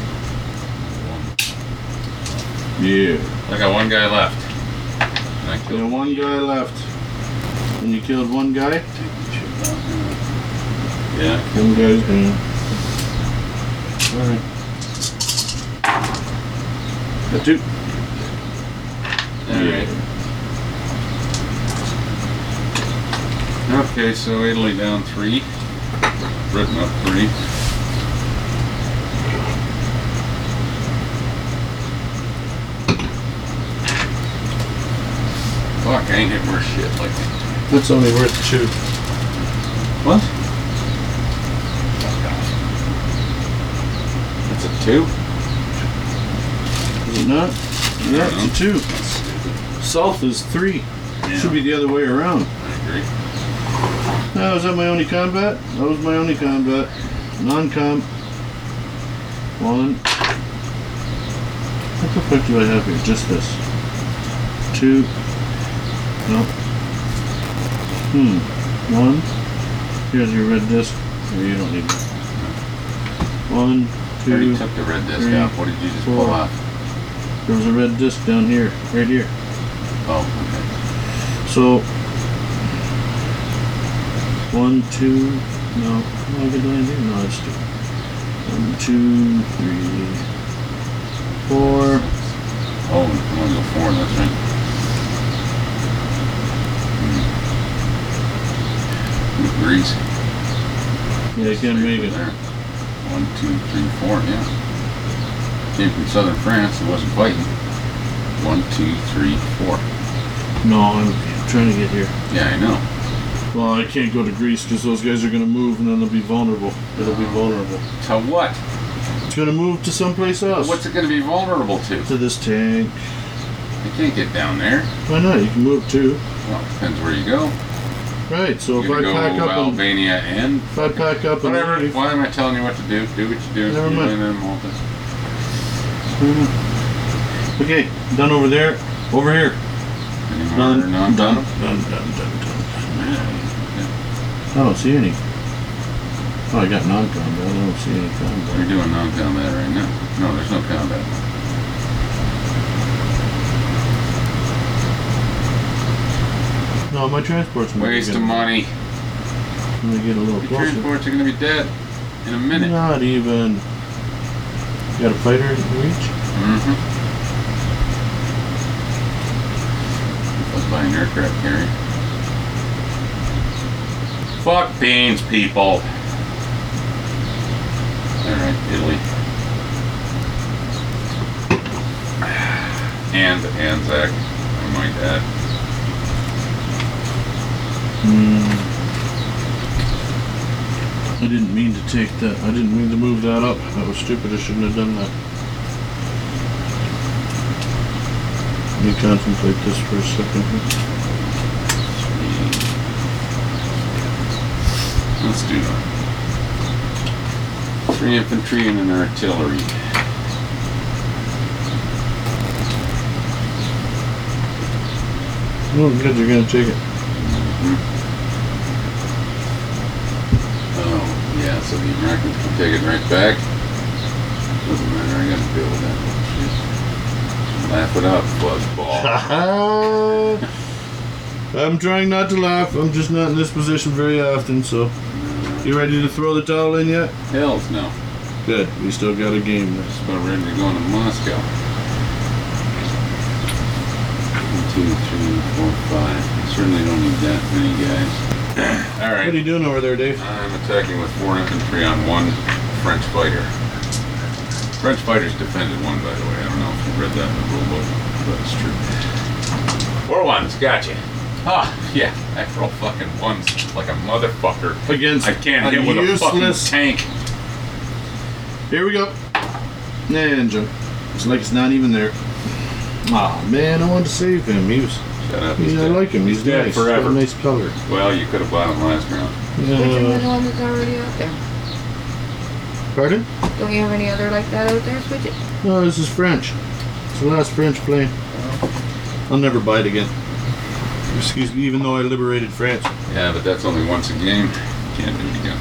B: Yeah.
A: I got one guy left. And I
B: And
A: killed
B: one guy left. And you killed one guy?
A: Yeah.
B: One guy's gone. Alright. Got two.
A: Alright. Okay, so Italy down three. Britain up three. Fuck, I ain't hit worse shit like that.
B: That's only worth two.
A: What? That's a two?
B: Is it not? Yeah, it's a two.
A: That's stupid.
B: South is three.
A: Yeah,
B: Should be the other way around.
A: I agree.
B: No, was that my only combat? That was my only combat. Non-com. One. What the fuck do I have here? Just this. Two. No. Hmm. One. Here's your red disc. Yeah, You don't need that. One,
A: I already
B: two.
A: took the red disc
B: three,
A: out. What did you just pull
B: four.
A: off?
B: There was a red disc down here, right here.
A: Oh, okay.
B: So, one, two, no, no, did I do? No, it's two. One, two, three, four.
A: Oh, one of the four, that's right. Hmm. Grease.
B: Yeah, I can't make it.
A: There. One, two, three, four, yeah. Came from southern France, it wasn't biting. One, two, three, four.
B: No, I'm trying to get here.
A: Yeah, I know.
B: Well, I can't go to Greece because those guys are going to move and then they'll be vulnerable. It'll be vulnerable.
A: To what?
B: It's going to move to someplace else.
A: What's it gonna be vulnerable to?
B: to this tank?
A: I can't get down there.
B: Why not? You can move too.
A: Well, depends where you go.
B: Right, so if
A: You're
B: I
A: gonna
B: pack
A: go
B: up and
A: Albania and
B: if I pack up and
A: whatever. Why am I telling you what to do? Do what you do.
B: Never
A: You
B: mind.
A: and them all this-
B: Mm-hmm. Okay, done over there. Over here.
A: any more
B: Done.
A: non-
B: Done. Done. Done. Done. I don't see any. Oh, I got non-com, but I don't see any com.
A: We're doing non-combat right now. No, there's no combat.
B: No, my transport's not
A: Waste
B: good.
A: of money.
B: I'm gonna get a little
A: Your
B: closer.
A: transports are gonna be dead in a minute.
B: Not even. Got a fighter in reach?
A: Mm-hmm. Let's buy an aircraft carrier. Fuck beans, people. Alright, Italy. And Anzac, I might add.
B: Mm. I didn't mean to take that. I didn't mean to move that up. That was stupid. I shouldn't have done that. Let me contemplate this for a second. here.
A: Let's do that. Three infantry and an artillery.
B: Oh, good. You're gonna take it.
A: Oh, yeah, so the Americans can take it right back. Doesn't matter, I gotta deal with that. Shit. Laugh it up, fuzzball.
B: I'm trying not to laugh. I'm just not in this position very often. So, you ready to throw the towel in yet?
A: Hells no.
B: Good. We still got a game left.
A: Just about ready to go into Moscow. One, two, three, four, five. I Certainly don't need that many guys.
B: What
A: Alright.
B: are you doing over there, Dave?
A: I'm attacking with four infantry on one French fighter. French fighters defended one, by the way. I don't know if you read that in the rule book, but it's true. Four ones, gotcha. Ah, yeah, I throw fucking ones like a motherfucker.
B: Against
A: I can't
B: a
A: hit with a fucking
B: useless
A: tank.
B: Here we go. And jump. It's like it's not even there. Ah man, I wanted to save him. He was.
A: Shut up. he's
B: Yeah, I
A: dead.
B: like him. He's,
A: dead
B: nice. He's got
A: forever.
B: a nice color.
A: Well, you could have bought him last round.
D: Don't you have
B: Uh,
D: one that's already out there?
B: pardon?
D: Don't you have any other like that out there? Switch it.
B: No, this is French. It's the last French plane. I'll never buy it again. Excuse me. Even though I liberated France,
A: Yeah, but that's only once a game. Can't do it again.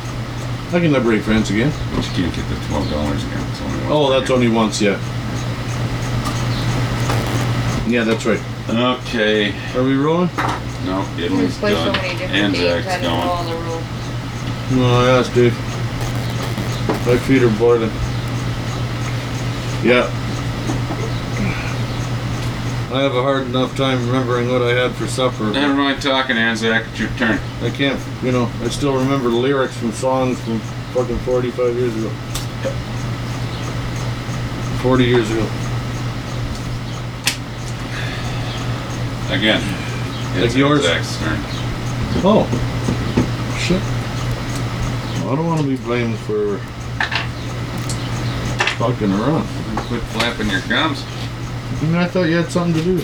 B: I can liberate France again.
A: But you can't get the twelve dollars again. It's only once
B: Oh,
A: a
B: that's only once. Yeah. Yeah, that's right.
A: game. Okay.
B: Are we rolling?
A: No,
D: You
A: Italy's
D: play so
A: done.
D: many different games. I
A: Anzac's
D: don't know
A: going.
D: all the rules.
B: No, I asked Dave. My feet are boiling. Yeah. I have a hard enough time remembering what I had for supper.
A: Never mind talking, Anzac. It's your turn.
B: I can't, you know, I still remember lyrics from songs from fucking 45 years ago. 40 years ago.
A: Again. It's
B: Like yours?
A: Anzac's turn.
B: Oh. Shit. I don't want to be blamed for fucking around.
A: Quit flapping your gums.
B: I mean, I thought you had something to do.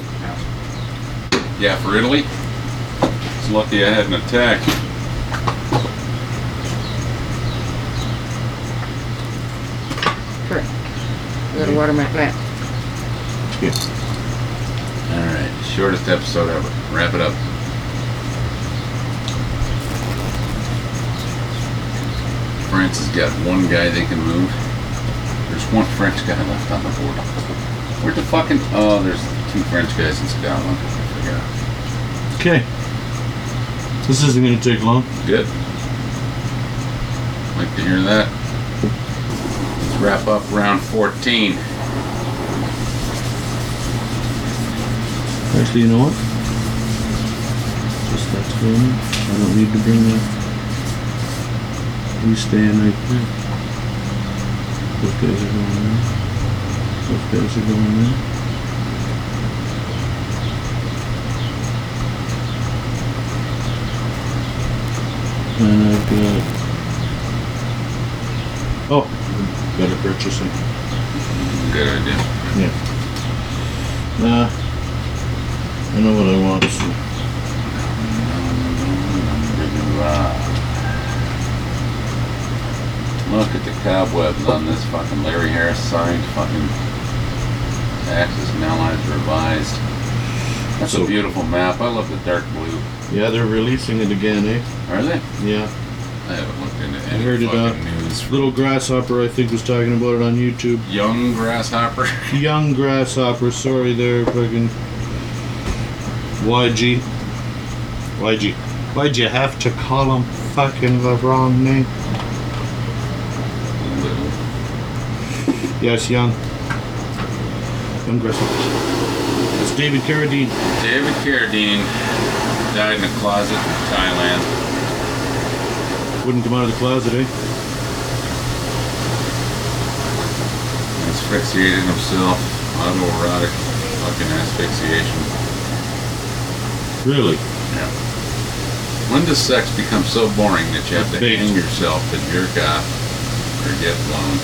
A: Yeah, for Italy. It's lucky I had an attack.
D: Correct. I gotta water my plant.
A: All right, shortest episode ever. Wrap it up. France has got one guy they can move. There's one French guy left on the board. Where the fucking? Oh, there's two French guys in Scotland. I forgot.
B: Okay. This isn't going to take long.
A: Good. Like to hear that. Let's wrap up round 14.
B: Actually, you know what? Just that's going in. I don't need to bring that. You stay in right there. Those guys are going in. Those guys are going in. And I've got. Oh, better purchasing.
A: Good idea.
B: Yeah. Nah. I know what I want, so.
A: Wow. Look at the cobwebs on this fucking Larry Harris signed fucking taxes and allies revised. That's a
C: So-
A: beautiful map. I love the dark blue.
B: Yeah, they're releasing it again, eh?
A: Are they?
B: Yeah.
A: I haven't looked into
B: I
A: any
B: heard it, uh,
A: fucking news.
B: Little Grasshopper, I think, was talking about it on YouTube.
A: Young grasshopper.
B: Young Grasshopper, sorry there, fucking. YG. YG. Why'd you have to call him fucking eh? the wrong name?
A: Little.
B: Yes, Young. Young Grasshopper. That's David Carradine.
A: David Carradine died in a closet in Thailand.
B: Wouldn't come out of the closet, eh?
A: asphyxiated himself, autoerotic fucking asphyxiation.
B: Really?
A: Yeah. When does sex become so boring that you have to
B: Bait.
A: hang yourself to jerk off or get blown?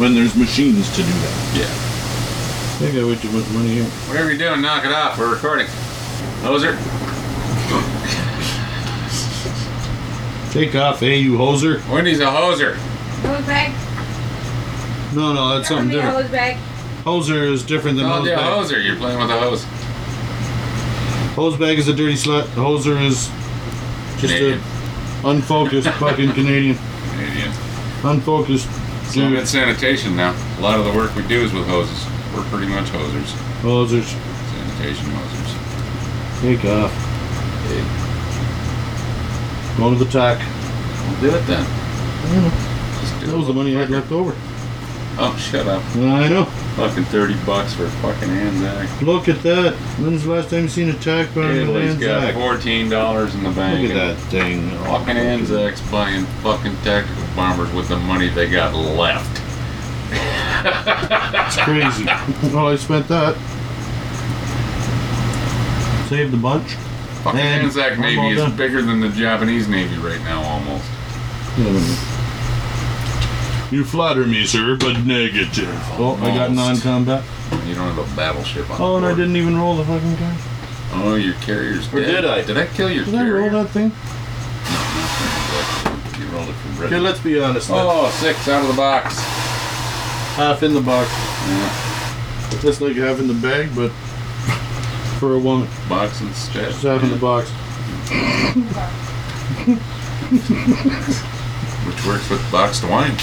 C: When there's machines to do that.
A: Yeah.
B: I think I way too much money here.
A: Whatever you're doing, knock it off. We're recording. Hoser.
B: Take off, eh, you hoser?
A: Wendy's a hoser.
D: Hose bag?
B: No, no, that's something
D: Give me a
B: different.
D: Hose bag?
B: Hoser is different than
A: Called you a
B: hosebag.
A: hoser. You're playing with a hose.
B: Hosebag is a dirty slut. Hoser is just
A: Canadian.
B: a unfocused fucking Canadian.
A: Canadian.
B: Unfocused
A: So I'm in
B: dude.
A: sanitation now. A lot of the work we do is with hoses. We're pretty much hosers.
B: Hosers.
A: Sanitation hosers.
B: Take off.
A: Hey,
B: Go to the tack.
A: we'll do it then. Just do
B: That was
A: it.
B: the money I had left over.
A: Oh, shut up.
B: I know.
A: Fucking 30 bucks for a fucking Anzac.
B: Look at that. When's the last time you seen a tack by an
A: Italy's got
B: Anzac?
A: $14 in the bank.
B: Look at that thing.
A: and Fucking Anzacs buying fucking tactical bombers with the money they got left.
B: It's crazy. well, I spent that. Saved a bunch.
A: Fucking
B: Man,
A: Anzac
B: I'm all
A: Navy is
B: done.
A: bigger than the Japanese Navy right now, almost.
C: You flatter me, sir, but negative.
B: Oh, I got
A: Almost.
B: non-combat.
A: You don't have a battleship on
B: Oh, and I
A: board.
B: didn't even roll the fucking guy.
A: Oh, your carrier's
B: Or
A: dead.
B: did I?
A: Did I kill your
B: Did I
A: carrier?
B: roll that thing?
A: that? You rolled it from
B: Okay,
A: Britain.
B: let's be honest. That's
A: Oh, six out of the box.
B: half in the box.
A: Yeah,
B: That's like half in the bag, but for a woman,
A: box and stretch.
B: it's half in the box.
A: Which works with boxed wine.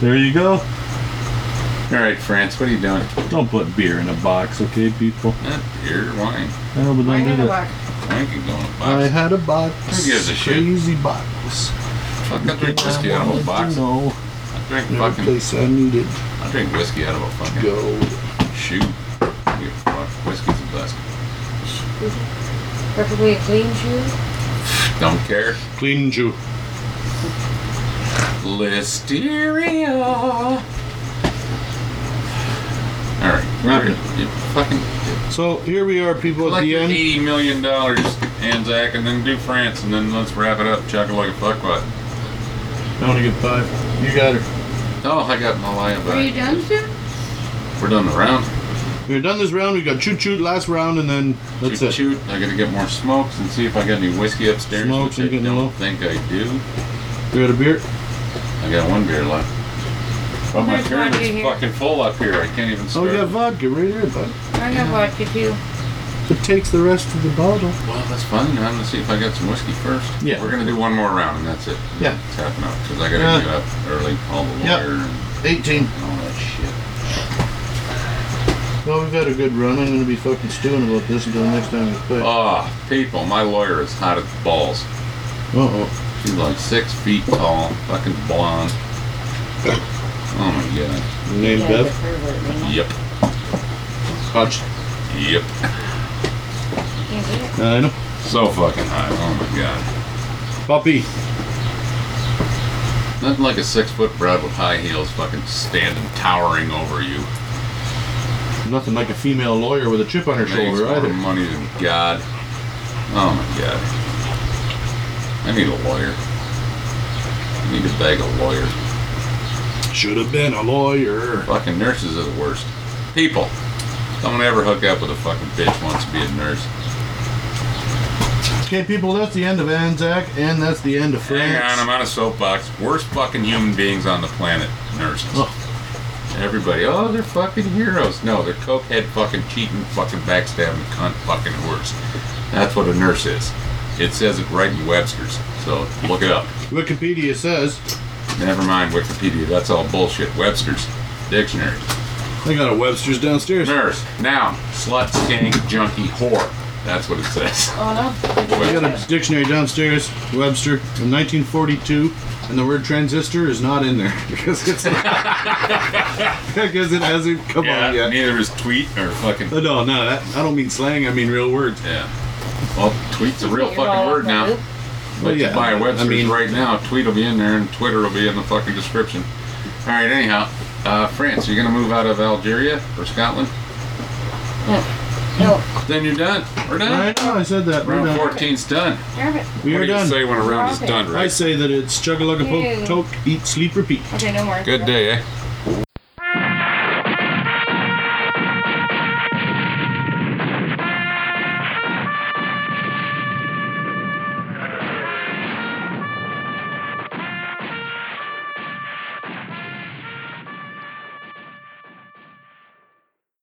B: there you go.
A: All right, France, what are you doing?
B: Don't put beer in a box, okay, people?
A: Not beer, wine.
B: I know, but
D: Why
B: don't do
D: not a
B: that.
D: box?
A: Wine can go in a
B: I
A: box.
B: had a box.
A: Who gives a shit?
B: Crazy box.
A: Fuck, I drink whiskey out of a box.
B: No,
A: I drink
B: every
A: fucking.
B: place I needed to
A: I drink whiskey out of a fucking
B: go.
A: shoe. You fuck, whiskey's the best.
D: Preferably a clean shoe?
A: Don't care.
B: Clean you.
A: Listeria. All right,
B: Wrap it.
A: You fucking
B: So here we are, people. At
A: collect
B: the
A: your
B: end.
A: eighty million dollars, Anzac, and then do France, and then let's wrap it up. Chuck it like a fuckwad.
B: I want to get five. You got her.
A: Oh, I got my lie
D: Are you
A: about.
D: done soon?
A: We're done the round.
B: We're done this round. We got choo choo last round, and then that's
A: shoot,
B: it.
A: Shoot. I gotta get more smokes and see if I got any whiskey upstairs.
B: Smokes,
A: which
B: you
A: I
B: getting
A: don't
B: low?
A: think I do.
B: We got a beer.
A: I got one beer left. But my
D: There's one in
A: tournament's
D: here.
A: fucking full up here. I can't even
B: Oh,
A: start.
B: we got vodka right here, bud.
D: I know what to do.
B: It takes the rest of the bottle.
A: Well, that's fine. I'm gonna see if I got some whiskey first.
B: Yeah.
A: We're gonna do one more round and that's it.
B: Yeah.
A: It's half out because I gotta
B: Yeah.
A: get up early, call the lawyer
B: Yeah.
A: and
B: 18.
A: all that shit.
B: Well, we've had a good run. I'm going to be fucking stewing about this until next time we play. Uh
A: Ah, people, my lawyer is hot as balls.
B: oh.
A: She's like six feet tall, fucking blonde. Oh my god.
B: Name
D: Yeah,
B: Bev?
D: that's pervert, man.
A: Yep.
B: Hutch.
A: Yep.
D: Can't do it.
B: Uh, I know.
A: So fucking hot. Oh my god.
B: Puppy.
A: Nothing like a six foot broad with high heels fucking standing towering over you.
B: Nothing like a female lawyer with a chip on her
A: Makes
B: shoulder
A: more
B: either.
A: money than God. Oh my God. I need a lawyer. I need to beg a lawyer.
B: Should have been a lawyer.
A: Fucking nurses are the worst. People, don't ever hook up with a fucking bitch who wants to be a nurse.
B: Okay, people, that's the end of Anzac, and that's the end of France.
A: Hang on, I'm on a soapbox. Worst fucking human beings on the planet, nurses.
B: Oh,
A: Everybody, oh, they're fucking heroes. No, they're cokehead, fucking cheating, fucking backstabbing, cunt, fucking worse. That's what a nurse is. It says it right in Webster's, so look it up.
B: Wikipedia says
A: Never mind Wikipedia, that's all bullshit. Webster's dictionary.
B: they got a Webster's downstairs. They
A: Nurse, noun, slut, skank, junkie, whore. That's what it says.
D: Oh, no.
B: got a dictionary downstairs, Webster, from 1942, and the word transistor is not in there because it's because it hasn't come
A: Yeah,
B: on yet.
A: neither is tweet or fucking.
B: Uh, No, no, that, I don't mean slang. I mean real words.
A: Yeah. Well, tweet's a real
D: You're
A: fucking
D: all
A: word
D: up
A: now.
D: on it.
A: But
B: yeah,
A: you buy
B: I
A: Webster's
B: mean-
A: right now, tweet will be in there and Twitter will be in the fucking description. All right, anyhow, uh, France, you're gonna move out of Algeria or Scotland?
D: No,
A: Then you're done. We're done.
B: I know I said that. We're
A: Round
B: done.
A: 14's done.
D: damn it.
B: We
A: what
B: are
A: do you
B: done.
A: say when a round is
D: Okay.
A: done,
B: I
A: right?
B: say that it's chug a lug a poke,
D: Ew.
B: toke, eat, sleep, repeat.
D: Okay, no more.
A: Good day, eh?